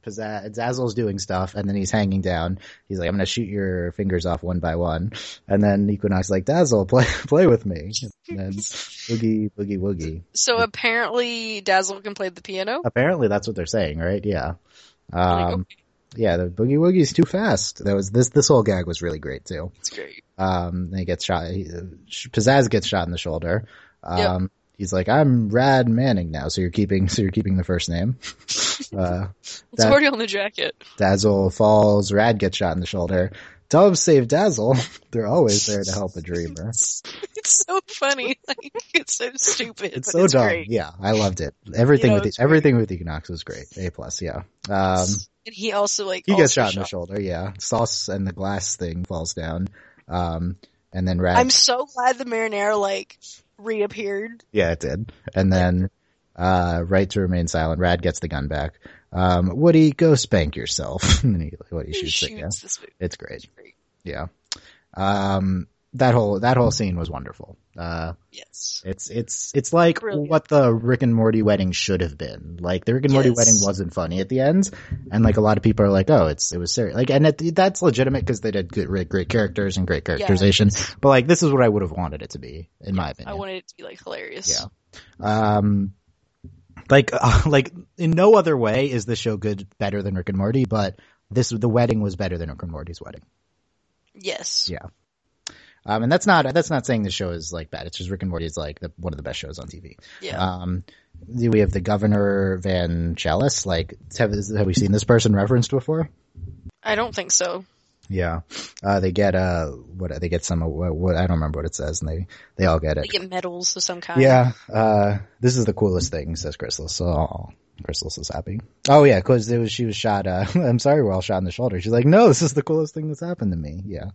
Pizza- Zazzle's doing stuff, and then he's hanging down. He's like, "I'm gonna shoot your fingers off one by one." And then Equinox is like, "Dazzle, play (laughs) play with me." And then boogie boogie woogie. So apparently Dazzle can play the piano. Apparently, that's what they're saying, right? Yeah. Like, Um, okay, yeah, the boogie woogie's too fast. That was this this whole gag was really great too. that's great. Um, and he gets shot. He, uh, sh- Pizzazz gets shot in the shoulder. Um, he's like, "I'm Rad Manning now, so you're keeping so you're keeping the first name." (laughs) uh, It's That- already on (laughs) the jacket. Dazzle falls, Rad gets shot in the shoulder. Doves save Dazzle. (laughs) They're always there to help a dreamer. It's, it's so (laughs) funny. Like it's so stupid. It's but so dumb. great. Yeah, I loved it. Everything You know, with it's the, everything with Equinox was great. A plus, yeah. Um, and he also like he gets also shot in the shoulder. Yeah, sauce and the glass thing falls down. Um, and then Rad. I'm so glad the marinara like reappeared yeah, it did. And then, uh, right to remain silent. Rad gets the gun back. Um, Woody, go spank yourself. (laughs) and he, Woody He shoots, it. Yeah, shoots this movie. it's great. Great. Yeah. Um, that whole that whole scene was wonderful. Uh, yes It's it's it's like Brilliant. what the Rick and Morty wedding should have been. Like the Rick and Morty Yes. wedding wasn't funny at the end, and like a lot of people are like, "Oh, it's it was serious." Like, and it, that's legitimate because they did good, really great characters and great characterization. But like, this is what I would have wanted it to be, in my I opinion. wanted it to be like hilarious. Yeah. um, like (laughs) uh, like in no other way is the show good better than Rick and Morty, but this the wedding was better than Rick and Morty's wedding. yes Yeah. Um, and that's not that's not saying the show is like bad. It's just Rick and Morty is like the, one of the best shows on TV. yeah Um, we have the Governor Van Chalice. Like, have, have we seen this person referenced before? I don't think so. Yeah. Uh, they get, uh, what, they get some, uh, what, what, I don't remember what it says and they, they all get They it. get medals of (laughs) some kind. Yeah. Uh, this is the coolest thing, says Chrysalis. Oh, Chrysalis is happy. Oh yeah, cause it was, she was shot, uh, (laughs) I'm sorry we're all shot in the shoulder. She's like, no, this is the coolest thing that's happened to me. Yeah.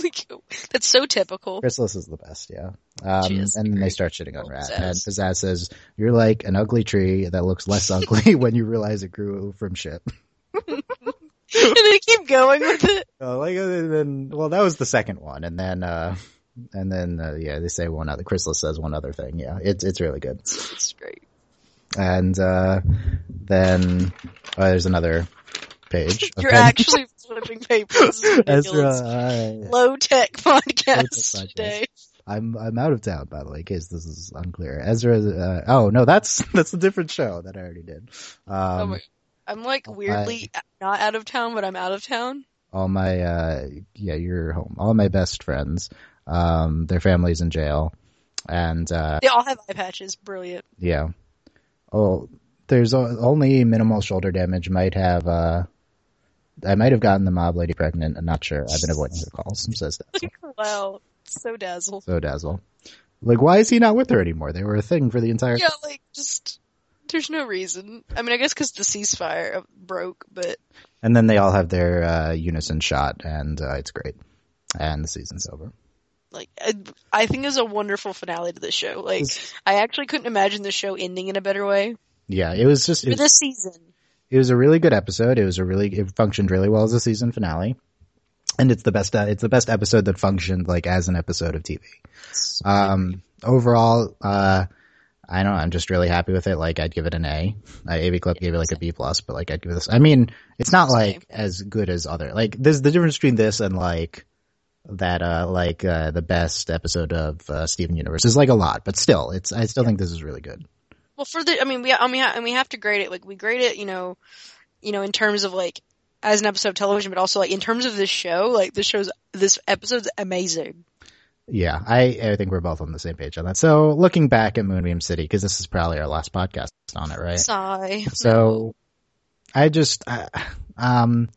Like, that's so typical. Chrysalis is the best, yeah. Um, She is and then they great. start shitting on Oh, Rat. Pizzazz. And Pizzazz says, "You're like an ugly tree that looks less (laughs) ugly when you realize it grew from shit." (laughs) and they keep going with it Uh, like uh, then, well, that was the second one, and then, uh, and then, uh, yeah, they say one other. Chrysalis says one other thing. Yeah, it's it's really good. It's, it's great. And uh, then uh, there's another page. you're Okay. (laughs) actually flipping papers This is Ezra, ridiculous. uh, low tech podcast podcast. Um, today I'm I'm out of town by the way, in case this is unclear. Ezra, uh, oh no, that's (laughs) that's a different show that I already did. Um, Oh my- oh, I'm like I- weirdly not out of town, but I'm out of town. all my uh yeah you're home all my best friends um their families in jail and uh They all have eye patches. Brilliant. (laughs) yeah oh there's o- only minimal shoulder damage might have uh I might have gotten the mob lady pregnant. I'm not sure. I've been avoiding her calls. Says Dazzle. Wow. So dazzled. (laughs) So Dazzle. Like, why is he not with her anymore? They were a thing for the entire. Yeah. Yeah, like, just, there's no reason. I mean, I guess because the ceasefire broke, but And then they all have their uh, unison shot, and uh, it's great. And the season's over. like I, I think it was a wonderful finale to the show. Like I actually couldn't imagine the show ending in a better way Yeah, it was just for it, this season. it was a really good episode. It was a really it functioned really well as a season finale, and it's the best uh, it's the best episode that functioned like as an episode of TV. Um, overall, uh, I don't. know, I'm just really happy with it. Like, I'd give it an A. Uh, AV Club gave it like a B plus, but like, I'd give this. I mean, it's not like as good as other. Like, there's the difference between this and like that. Uh, like uh, the best episode of uh, Steven Universe is like a lot, but still, it's. I still think this is really good. Well, for the I mean, we I mean, and we have to grade it. Like we grade it, you know, you know, in terms of like as an episode of television, but also like in terms of this show. Like this show's this episode's amazing. Yeah, I, I think we're both on the same page on that. So, looking back at Moonbeam City, because this is probably our last podcast on it, right? Sigh. So I just, I, um,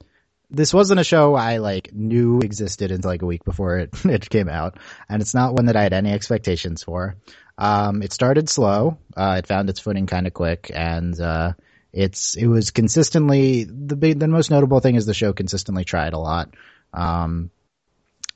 this wasn't a show I like knew existed until like a week before it, (laughs) it came out. And it's not one that I had any expectations for. Um, it started slow. Uh, it found its footing kind of quick and, uh, it's, it was consistently, the big, the most notable thing is the show consistently tried a lot. Um,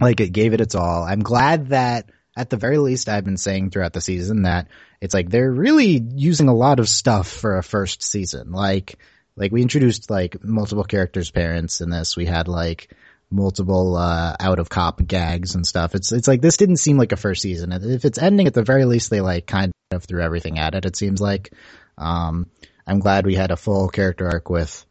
like it gave it its all. I'm glad that at the very least I've been saying throughout the season that it's like they're really using a lot of stuff for a first season. Like, like we introduced like multiple characters' parents in this. We had like multiple uh out of cop gags and stuff. It's it's like this didn't seem like a first season. If it's ending at the very least, they like kind of threw everything at it. It seems like. Um, I'm glad we had a full character arc with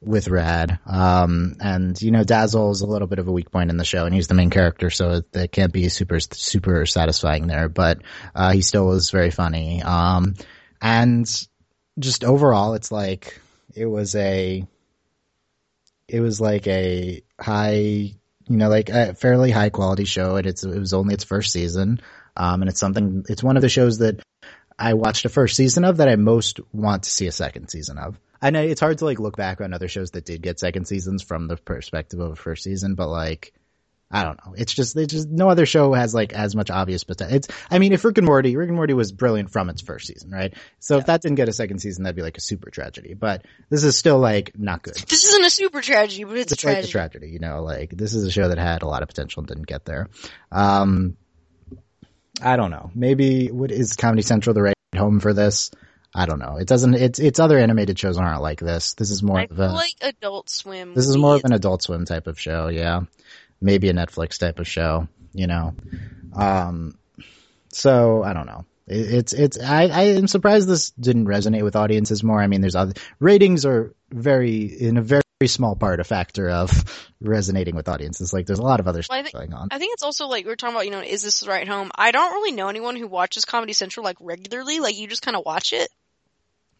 with Rad. Um, and you know, Dazzle is a little bit of a weak point in the show, and he's the main character, so it, it can't be super super satisfying there. But uh, he still was very funny. Um, and just overall, it's like it was a it was like a high, you know, like a fairly high quality show, and it's it was only its first season. Um, and it's something. It's one of the shows that I watched a first season of that I most want to see a second season of. I know it's hard to like look back on other shows that did get second seasons from the perspective of a first season, but like, I don't know. It's just, it's just no other show has like as much obvious potential. It's, I mean, if Rick and Morty, Rick and Morty was brilliant from its first season, right? So if that didn't get a second season, that'd be like a super tragedy, but this is still like not good. This isn't a super tragedy, but it's a It's like a tragedy. tragedy, you know, like this is a show that had a lot of potential and didn't get there. Um, I don't know. Maybe what is Comedy Central the right home for this? I don't know. It doesn't. It's it's other animated shows aren't like this. This is more I of a feel like Adult Swim. this would is be more of it. an Adult Swim type of show. Yeah, maybe a Netflix type of show. You know, um, so I don't know. It, it's it's I I am surprised this didn't resonate with audiences more. I mean, there's other ratings are very in a very small part a factor of (laughs) resonating with audiences. Like there's a lot of other Well, I stuff going on. I think it's also like we were talking about, you know, is this the right home? I don't really know anyone who watches Comedy Central like regularly. Like you just kind of watch it.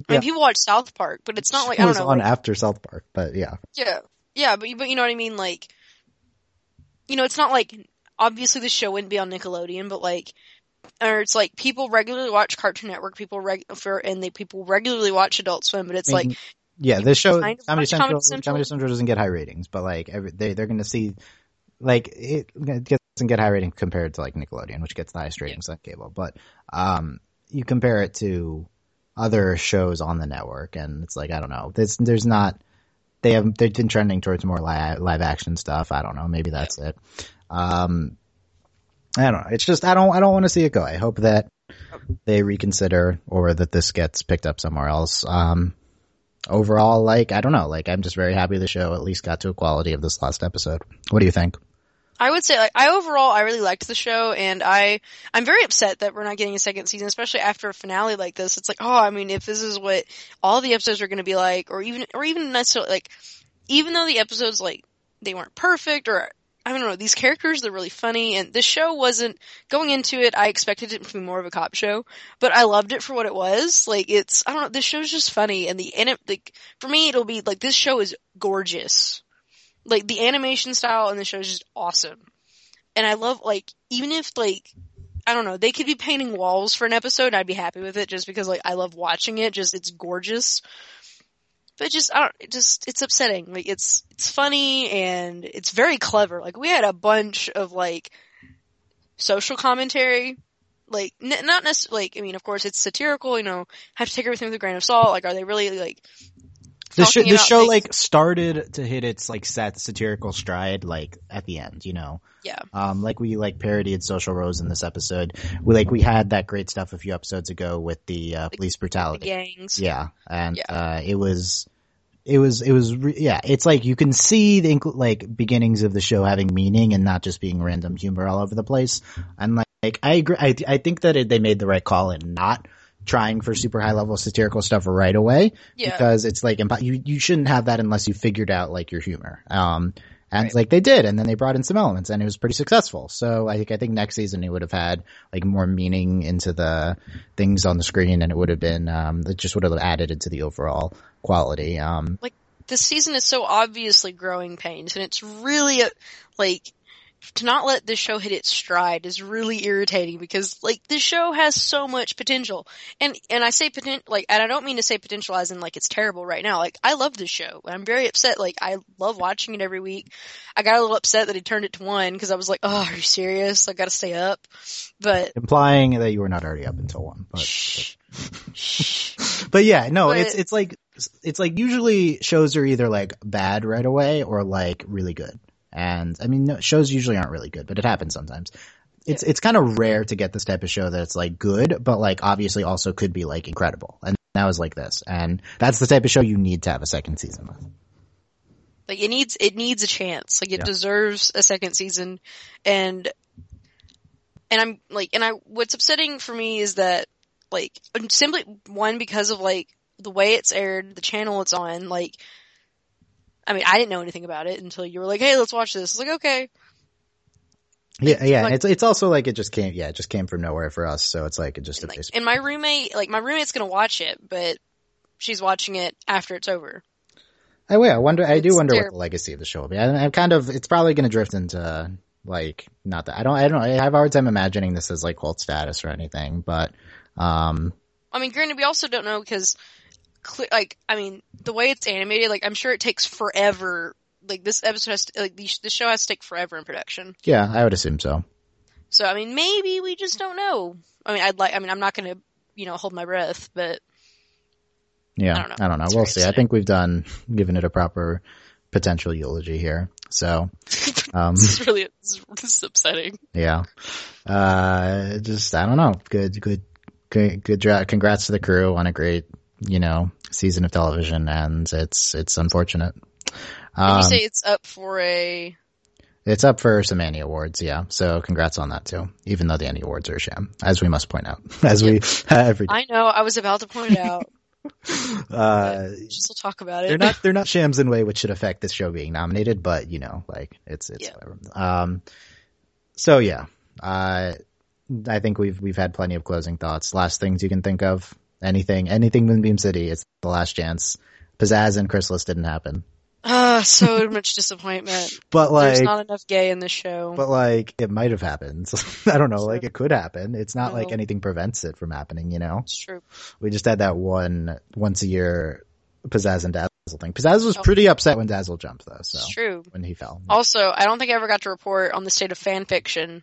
I Yeah. mean, people watch South Park, but it's not like I it don't was know. on like- after South Park, but yeah, yeah, yeah, but you- but you know what I mean. Like, you know, it's not like obviously the show wouldn't be on Nickelodeon, but like, or it's like people regularly watch Cartoon Network, people reg for and they people regularly watch Adult Swim, but it's I mean, like yeah, this show kind of Comedy watch Central, Comedy Comedy Central Central. doesn't get high ratings, but like every, they they're going to see like it gets doesn't get high ratings compared to like Nickelodeon, which gets the highest ratings on cable. But um, you compare it to other shows on the network, and it's like I don't know. There's there's not they have they've been trending towards more live live action stuff. I don't know. Maybe that's it. Um, I don't know. It's just I don't I don't want to see it go. I hope that Oh. they reconsider or that this gets picked up somewhere else. Um, overall, like I don't know. Like I'm just very happy the show at least got to a quality of this last episode. What do you think? I would say like I overall I really liked the show and I I'm very upset that we're not getting a second season, especially after a finale like this. It's like, oh, I mean, if this is what all the episodes are going to be like, or even or even necessarily like, even though the episodes like they weren't perfect or I don't know, these characters they're really funny and this show wasn't going into it. I expected it to be more of a cop show, but I loved it for what it was. Like it's I don't know, this show's just funny and the and it like for me it'll be like this show is gorgeous. like the animation style in the show is just awesome. And I love like even if like I don't know, they could be painting walls for an episode, I'd be happy with it just because like I love watching it, just it's gorgeous. But just I don't it just it's upsetting. Like it's it's funny and it's very clever. Like we had a bunch of like social commentary like n- not necessarily like I mean of course it's satirical, you know, have to take everything with a grain of salt. Like are they really like The, sh- talking the about show things- like started to hit its like sat- satirical stride like at the end, you know. Yeah. Um, like we like parodied Social Rose in this episode. We like we had that great stuff a few episodes ago with the uh, police the brutality. gangs? Yeah, and Yeah. Uh, it was, it was, it was. Re- yeah, it's like you can see the incl- like beginnings of the show having meaning and not just being random humor all over the place. And like, like, I agree. I I think that it, they made the right call in not trying for super high level satirical stuff right away Yeah. because it's like impo- you you shouldn't have that unless you figured out like your humor. Um, and Right. like they did, and then they brought in some elements, and it was pretty successful. So I think I think next season it would have had like more meaning into the things on the screen, and it would have been um, it just would have added into the overall quality. Um, this season is so obviously growing pains and it's really uh, like to not let this show hit its stride is really irritating because like this show has so much potential and and I say poten- like and I don't mean to say potential as in like it's terrible right now like I love this show and I'm very upset like I love watching it every week I got a little upset that he turned it to one because I was like oh are you serious I got to stay up but implying that you were not already up until one, but shh, shh. (laughs) but yeah, no, But- it's it's like it's like usually shows are either like bad right away or like really good. And I mean, no, shows usually aren't really good, but it happens sometimes. It's it's kind of rare to get this type of show that's like good, but like obviously also could be like incredible. And that was like this, and that's the type of show you need to have a second season with. Like it needs it needs a chance. Like it Yeah. deserves a second season and and I'm like and I what's upsetting for me is that like simply one because of like the way it's aired, the channel it's on, like I mean, I didn't know anything about it until you were like, "Hey, let's watch this." It's like, "Okay." Yeah, yeah, like- and it's it's also like it just came, yeah, it just came from nowhere for us. So it's like it just And, like, it's- and my roommate, like my roommate's going to watch it, but she's watching it after it's over. I will. I wonder. I do It's wonder what terrible. the legacy of the show will be. I, I'm kind of. It's probably going to drift into like not that. I don't. I don't. I have a hard time imagining this as like cult status or anything. But um, I mean, granted, we also don't know because, cle- like, I mean, the way it's animated, like, I'm sure it takes forever. Like, this episode has to, like, the, the show has to take forever in production. yeah, I would assume so. So, I mean, maybe we just don't know. I mean, I'd like, I mean, I'm not gonna, you know, hold my breath, but (laughs) Yeah, I don't know. It's We'll very see. I think we've done given it a proper potential eulogy here. (laughs) So, um, This is really this is, this is upsetting. yeah, uh, just I don't know. Good, good, good, good job. Congrats to the crew on a great, you know, season of television, and it's it's unfortunate. Did Um, you say it's up for a, It's up for some Annie Awards, yeah. So congrats on that too. Even though the Annie Awards are a sham, as we must point out, (laughs) as we every day. I know, I was about to point it out. (laughs) Uh, just will talk about it. they're not they're not shams in a way which should affect this show being nominated, but you know, like it's it's Yeah. whatever. Um, so yeah, uh, I think we've we've had plenty of closing thoughts. Last things you can think of, anything, anything Moonbeam City. It's the last chance. Pizzazz and Chrysalis didn't happen, Ah, so much disappointment. but There's like not enough gay in this show. but like it might have happened. (laughs) I don't know. Like Sure. Uh-huh. it could happen. It's not like No. anything prevents it from happening. You know, it's true. we just had that one once a year pizzazz and dazzle thing. Pizzazz was Oh. pretty upset when Dazzle jumped though. So It's true. when he fell, Also, I don't think I ever got to report on the state of fan fiction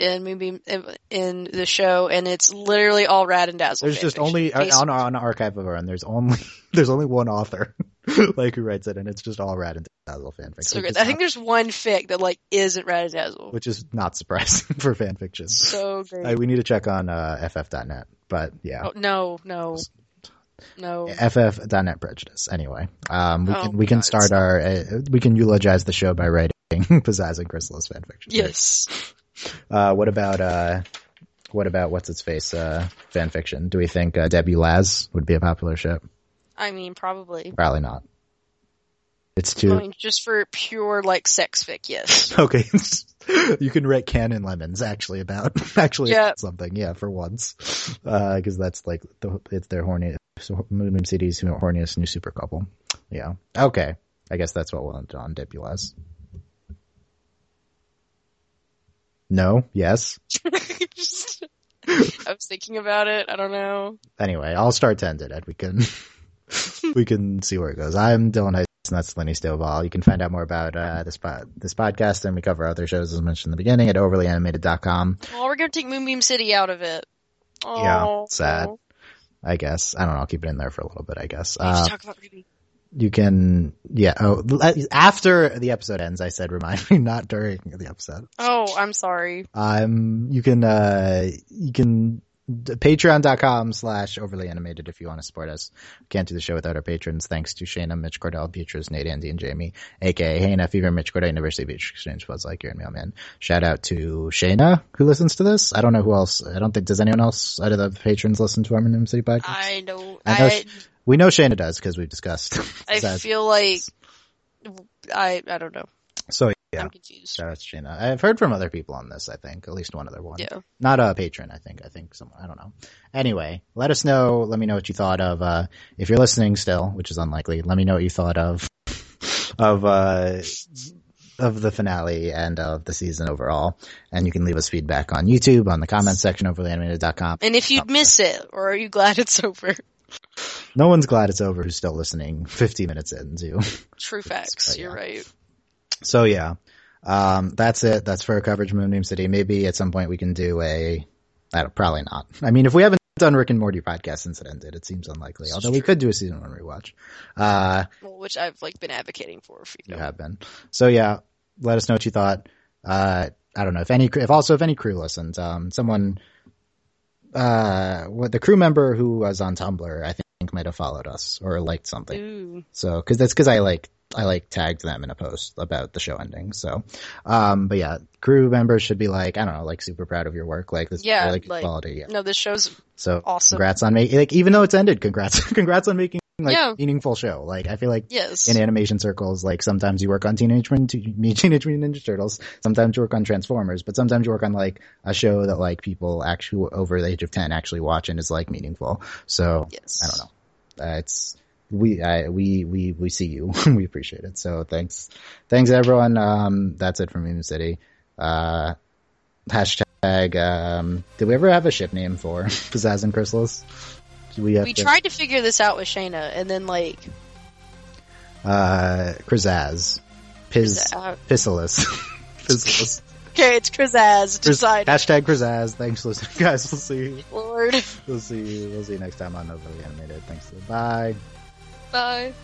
in movie in the show, and it's literally all rad and dazzle. there's fan just fiction. only In case- on on an archive of our own. There's only (laughs) there's only one author (laughs) like who writes it, and it's just all rad and dazzle fanfic. so which, good. is I think not, there's one fic that like isn't rad and dazzle. which is not surprising (laughs) for fanfiction. So great. I, we need to check on uh, ff.net, but yeah. Oh, no, no, no. FF.net prejudice. Anyway, um, we Oh can my we can God. start our uh, we can eulogize the show by writing (laughs) Pizzazz and Chrysalis fanfiction. Yes. Uh, what about uh, what about what's its face uh, fanfiction? Do we think uh, Debbie Laz would be a popular ship? I mean, probably. Probably not. It's I too mean, just for pure like sex fic, (laughs) yes. (laughs) okay. you can write canon lemons actually about (laughs) actually Yeah. about something. Yeah, for once, because that's like the, it's their horny Moon Moon City's horniest new super couple. Yeah. Okay. I guess that's what we'll end on debut as. No, yes. Just- I was thinking about it. I don't know. Anyway, I'll start to end it, Ed. We can (laughs) we can see where it goes. I'm Dylan Heights, and that's Lenny Stovall. You can find out more about uh, this pod- this podcast, and we cover other shows as mentioned in the beginning at overlyanimated.com. Well, we're gonna take Moonbeam City out of it. Yeah, Oh, sad. I guess I don't know. I'll keep it in there for a little bit. I guess. We should Uh, talk about Ruby. you can, yeah. Oh, le- after the episode ends, I said remind me, (laughs) not during the episode. Oh, I'm sorry. Um, you can, uh, you can patreon.com slash overly animated if you want to support us. We can't do the show without our patrons. Thanks to Shayna, Mitch Cordell, Beatrice, Nate, Andy, and Jamie, aka Hannah, Fever, Mitch Cordell, University Beach Exchange, Buzz Lightyear, and Mailman. Shout out to Shayna, who listens to this. I don't know who else, I don't think, does anyone else out of the patrons listen to our Minimum City podcast? I don't. I know I, she- we know Shayna does because we've discussed. (laughs) I that. feel like I I don't know. So yeah, I'm confused. shout out to Shayna. I've heard from other people on this. I think at least one other one. Yeah. not a patron. I think. I think someone. I don't know. Anyway, let us know. Let me know what you thought of. Uh, if you're listening still, which is unlikely, let me know what you thought of of uh of the finale and of the season overall. And you can leave us feedback on YouTube on the comments section overlyanimated.com. And if you'd miss it, or are you glad it's over? No one's glad it's over who's still listening 50 minutes into. True facts. but You're right. So yeah, um, that's it. That's for coverage of Moonbeam City. Maybe at some point we can do a. I don't, probably not. I mean, if we haven't done Rick and Morty podcast since it ended, it seems unlikely. Although we could do a season one rewatch. Uh, Well, which I've like been advocating for. For you. you have been. So yeah, let us know what you thought. Uh, I don't know if any, if also if any crew listened, um, someone, uh, what the crew member who was on Tumblr, I think might have followed us or liked something. Ooh. So, cause that's cause I like, I like tagged them in a post about the show ending. So, um, but yeah, crew members should be like, I don't know, like super proud of your work. Like this, Yeah, like, like- quality. Yeah. No, this show's So awesome. congrats on making, like, even though it's ended, congrats, (laughs) congrats on making like Yeah. meaningful show. Like, I feel like yes. in animation circles, like sometimes you work on Teenage Mutant, (laughs) Teenage Mutant Ninja Turtles, sometimes you work on Transformers, but sometimes you work on like a show that like people actually over the age of 10 actually watch and is like meaningful. So yes. I don't know. Uh, it's we I, we we we see you. (laughs) we appreciate it. So thanks, thanks everyone. Um, that's it from Meme City. Uh, hashtag. Um, did we ever have a ship name for (laughs) Pizzazz and Chrysalis? Do We have We to- tried to figure this out with Shayna, and then like uh Chrysalis, Piz uh, (laughs) (laughs) Pissalis. Pissalis. okay, it's Krizaz. Decide, Hashtag Chrysalis. Thanks for listening, guys. We'll see. You. Lord. (laughs) We'll see. You. We'll see you next time on Overly Animated. Thanks. Bye. Bye.